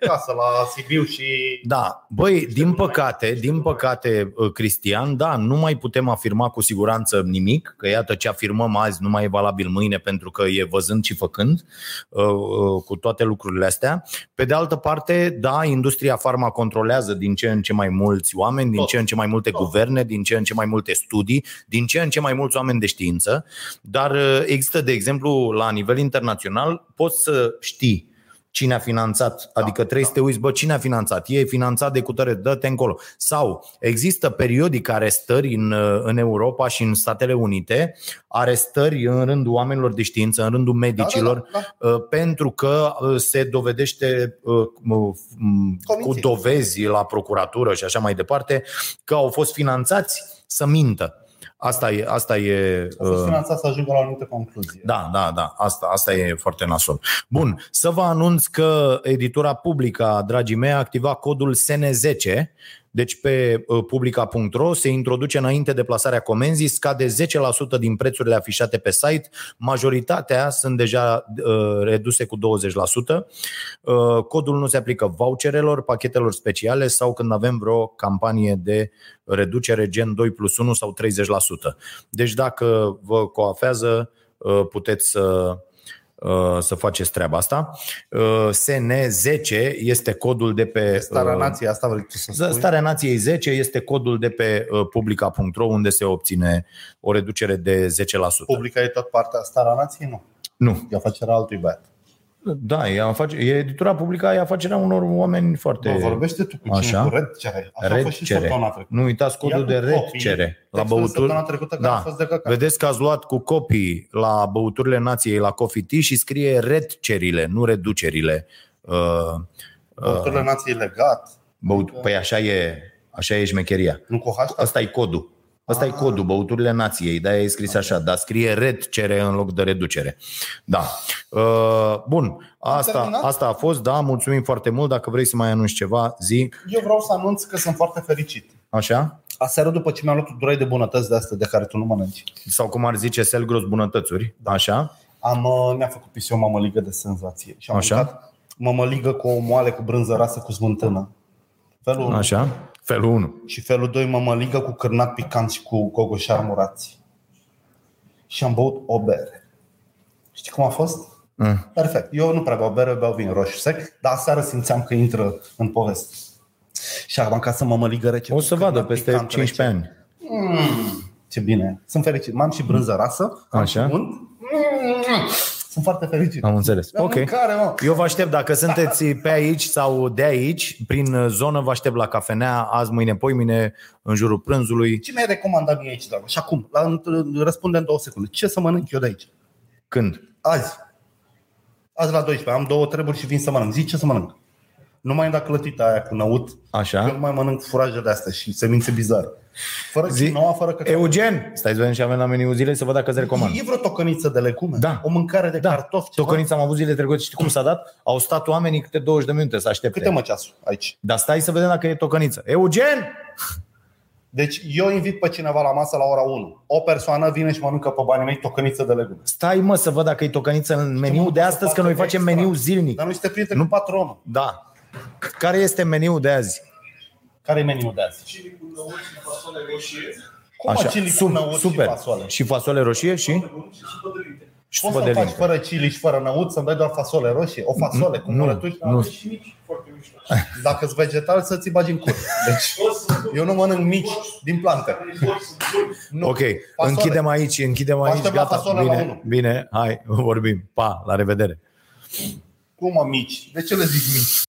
C: casă la Sibiu și...
B: Da, băi, din păcate, din păcate, uh, Cristian, da, nu mai putem afirma cu siguranță nimic, că iată ce afirmăm azi nu mai e valabil mâine pentru că e văzând și făcând uh, uh, cu toate lucrurile astea. Pe de altă parte, da, industria farma controlează din ce în ce mai mulți oameni, din
C: Tot.
B: ce în ce mai multe guverne, din ce în ce mai multe studii, din ce în ce mai mulți oameni de știință, dar uh, există, de exemplu, la nivel internațional, poți să știi cine a finanțat,
C: Da,
B: adică trebuie să te uiți, bă, cine a finanțat? E finanțat de cutare, dă-te încolo. Sau există periodic arestări în, uh, în Europa și în Statele Unite, arestări în rândul oamenilor de știință, în rândul medicilor,
C: da, da.
B: uh, pentru că uh, se dovedește uh, m- m- cu
C: Convinție.
B: dovezi la procuratură și așa mai departe că au fost finanțați să mintă. Asta e, asta e
C: A fost
B: uh,
C: finanțat să ajungă la o anumită concluzie.
B: da, da, da, asta, asta e foarte nasol. Bun, să vă anunț că editura Publica, dragii mei, a activat codul SN10, deci pe uh, publica.ro se introduce înainte de plasarea comenzii, scade 10% din prețurile afișate pe site, majoritatea sunt deja uh, reduse cu 20%. Uh, Codul nu se aplică voucherelor, pachetelor speciale sau când avem vreo campanie de reducere gen 2 plus 1 sau 30%. Deci dacă vă coafează, uh, puteți să uh, să faceți treaba asta. Uh, SN10 este codul de pe
C: Starea
B: uh,
C: nației, asta vrei tu să
B: Z-
C: spui.
B: Starea Nației 10 este codul de pe uh, publica.ro unde se obține o reducere de 10%.
C: Publica e tot partea starea nației? Nu.
B: Nu.
C: E afacerea altui băiat.
B: Da, e, afac- e editura publică, e afacerea unor oameni foarte...
C: Bă, vorbește tu cu
B: Așa?
C: cine? Cu Red Cere. Așa a
B: Red
C: fost și
B: cere.
C: săptămâna trecută.
B: Nu uitați codul
C: Ia cu
B: de red
C: copii.
B: cere la
C: Textul de
B: băuturi.
C: Săptămâna trecută care
B: Da.
C: a fost de căcat.
B: Vedeți că ați luat cu copii la băuturile nației la Coffee Tea și scrie red cerile, nu reducerile. Uh,
C: Băuturile nației legat.
B: băut- păi așa e, așa e șmecheria.
C: Nu cu hashtag.
B: Asta e codul. Asta
C: Ah.
B: e codul, băuturile nației, de-aia e scris așa, dar scrie red cere în loc de reducere. Da. Uh, Bun, asta,
C: terminat?
B: asta a fost, da, mulțumim foarte mult. Dacă vrei să mai anunți ceva, zi,
C: Eu vreau să anunț că sunt foarte fericit.
B: așa?
C: Aseară după ce mi-am luat durei de bunătăți de astea de care tu nu mănânci,
B: Sau cum ar zice Selgros Bunătățuri, așa?
C: am, uh, mi-a făcut pisiu o mămăligă de senzație. Și am
B: Așa.
C: mâncat mămăligă cu o moale cu brânză rasă cu smântână. Felul 1.
B: Așa? Felul 1.
C: Și felul 2 mămăligă cu cârnac picant și cu gogoșar murați. Și am băut o bere. Știi cum a fost?
B: Mm.
C: Perfect. Eu nu prea beau bere, beau vin roșu sec, dar seara simțeam că intră în poveste. Și am mâncat să mămăligă rece.
B: O să
C: cu
B: vadă
C: cârnac
B: peste
C: picant
B: 15
C: rece.
B: ani.
C: Ce bine. Sunt fericit. M-am și brânză rasă. am
B: Așa.
C: și unt. Mm. Sunt foarte fericit.
B: Am înțeles.
C: Am
B: Ok.
C: Mâncare, mă.
B: Eu vă aștept, dacă sunteți pe aici sau de aici, prin zonă, vă aștept la cafenea, azi, mâine, poimine, în jurul prânzului.
C: Ce mi-ai recomandat mie aici, Dragoș? Și acum, la, răspunde în două secunde. Ce să mănânc eu de aici?
B: Când?
C: Azi. Azi la 12. Am două treburi și vin să mănânc. Zici ce să mănânc. Nu mai am dat clătita aia cu năut.
B: Așa.
C: Eu nu mai mănânc furaje de astea și semințe bizare. Fără
B: Zi-
C: Zi... noua, fără că...
B: Eugen, stai să vedem ce avem la meniu zilei să văd dacă îți recomand.
C: E vreo tocăniță de legume?
B: Da.
C: O mâncare de
B: Da,
C: cartofi? ceva?
B: Tocănița am avut zile trecute, știi cum s-a dat? Au stat oamenii câte 20 de minute să aștepte.
C: Câte mă ceasul aici?
B: Dar stai să vedem dacă e tocăniță. Eugen!
C: Deci eu invit pe cineva la masă la ora 1. O persoană vine și mănâncă pe banii mei tocăniță de legume.
B: Stai mă să văd dacă e tocăniță în meniu de astăzi, că noi facem meniu zilnic.
C: Dar nu este prieten nu. cu patronul.
B: Da. Care este meniu de azi?
C: Care e meniul de azi? Chili cu năut și
B: sub-
C: fasole roșie. Cum mă chili cu năut
B: super.
C: și fasole?
B: Și fasole roșie și? Și
C: Poți
B: supă
C: să
B: de
C: faci
B: linte.
C: fără chili și fără năut, să-mi dai doar fasole roșie, o fasole cu
B: nu,
C: murături.
B: nu.
C: Dacă sunt vegetal, să ți bagi în cur. Deci, eu nu mănânc mici din plante.
B: Ok,
C: Fasole.
B: închidem aici, închidem aici,
C: aștept la
B: gata.
C: fasole la
B: Bine,
C: unu.
B: bine, hai, vorbim. Pa, la revedere.
C: Cum mă mici? De ce le zic mici?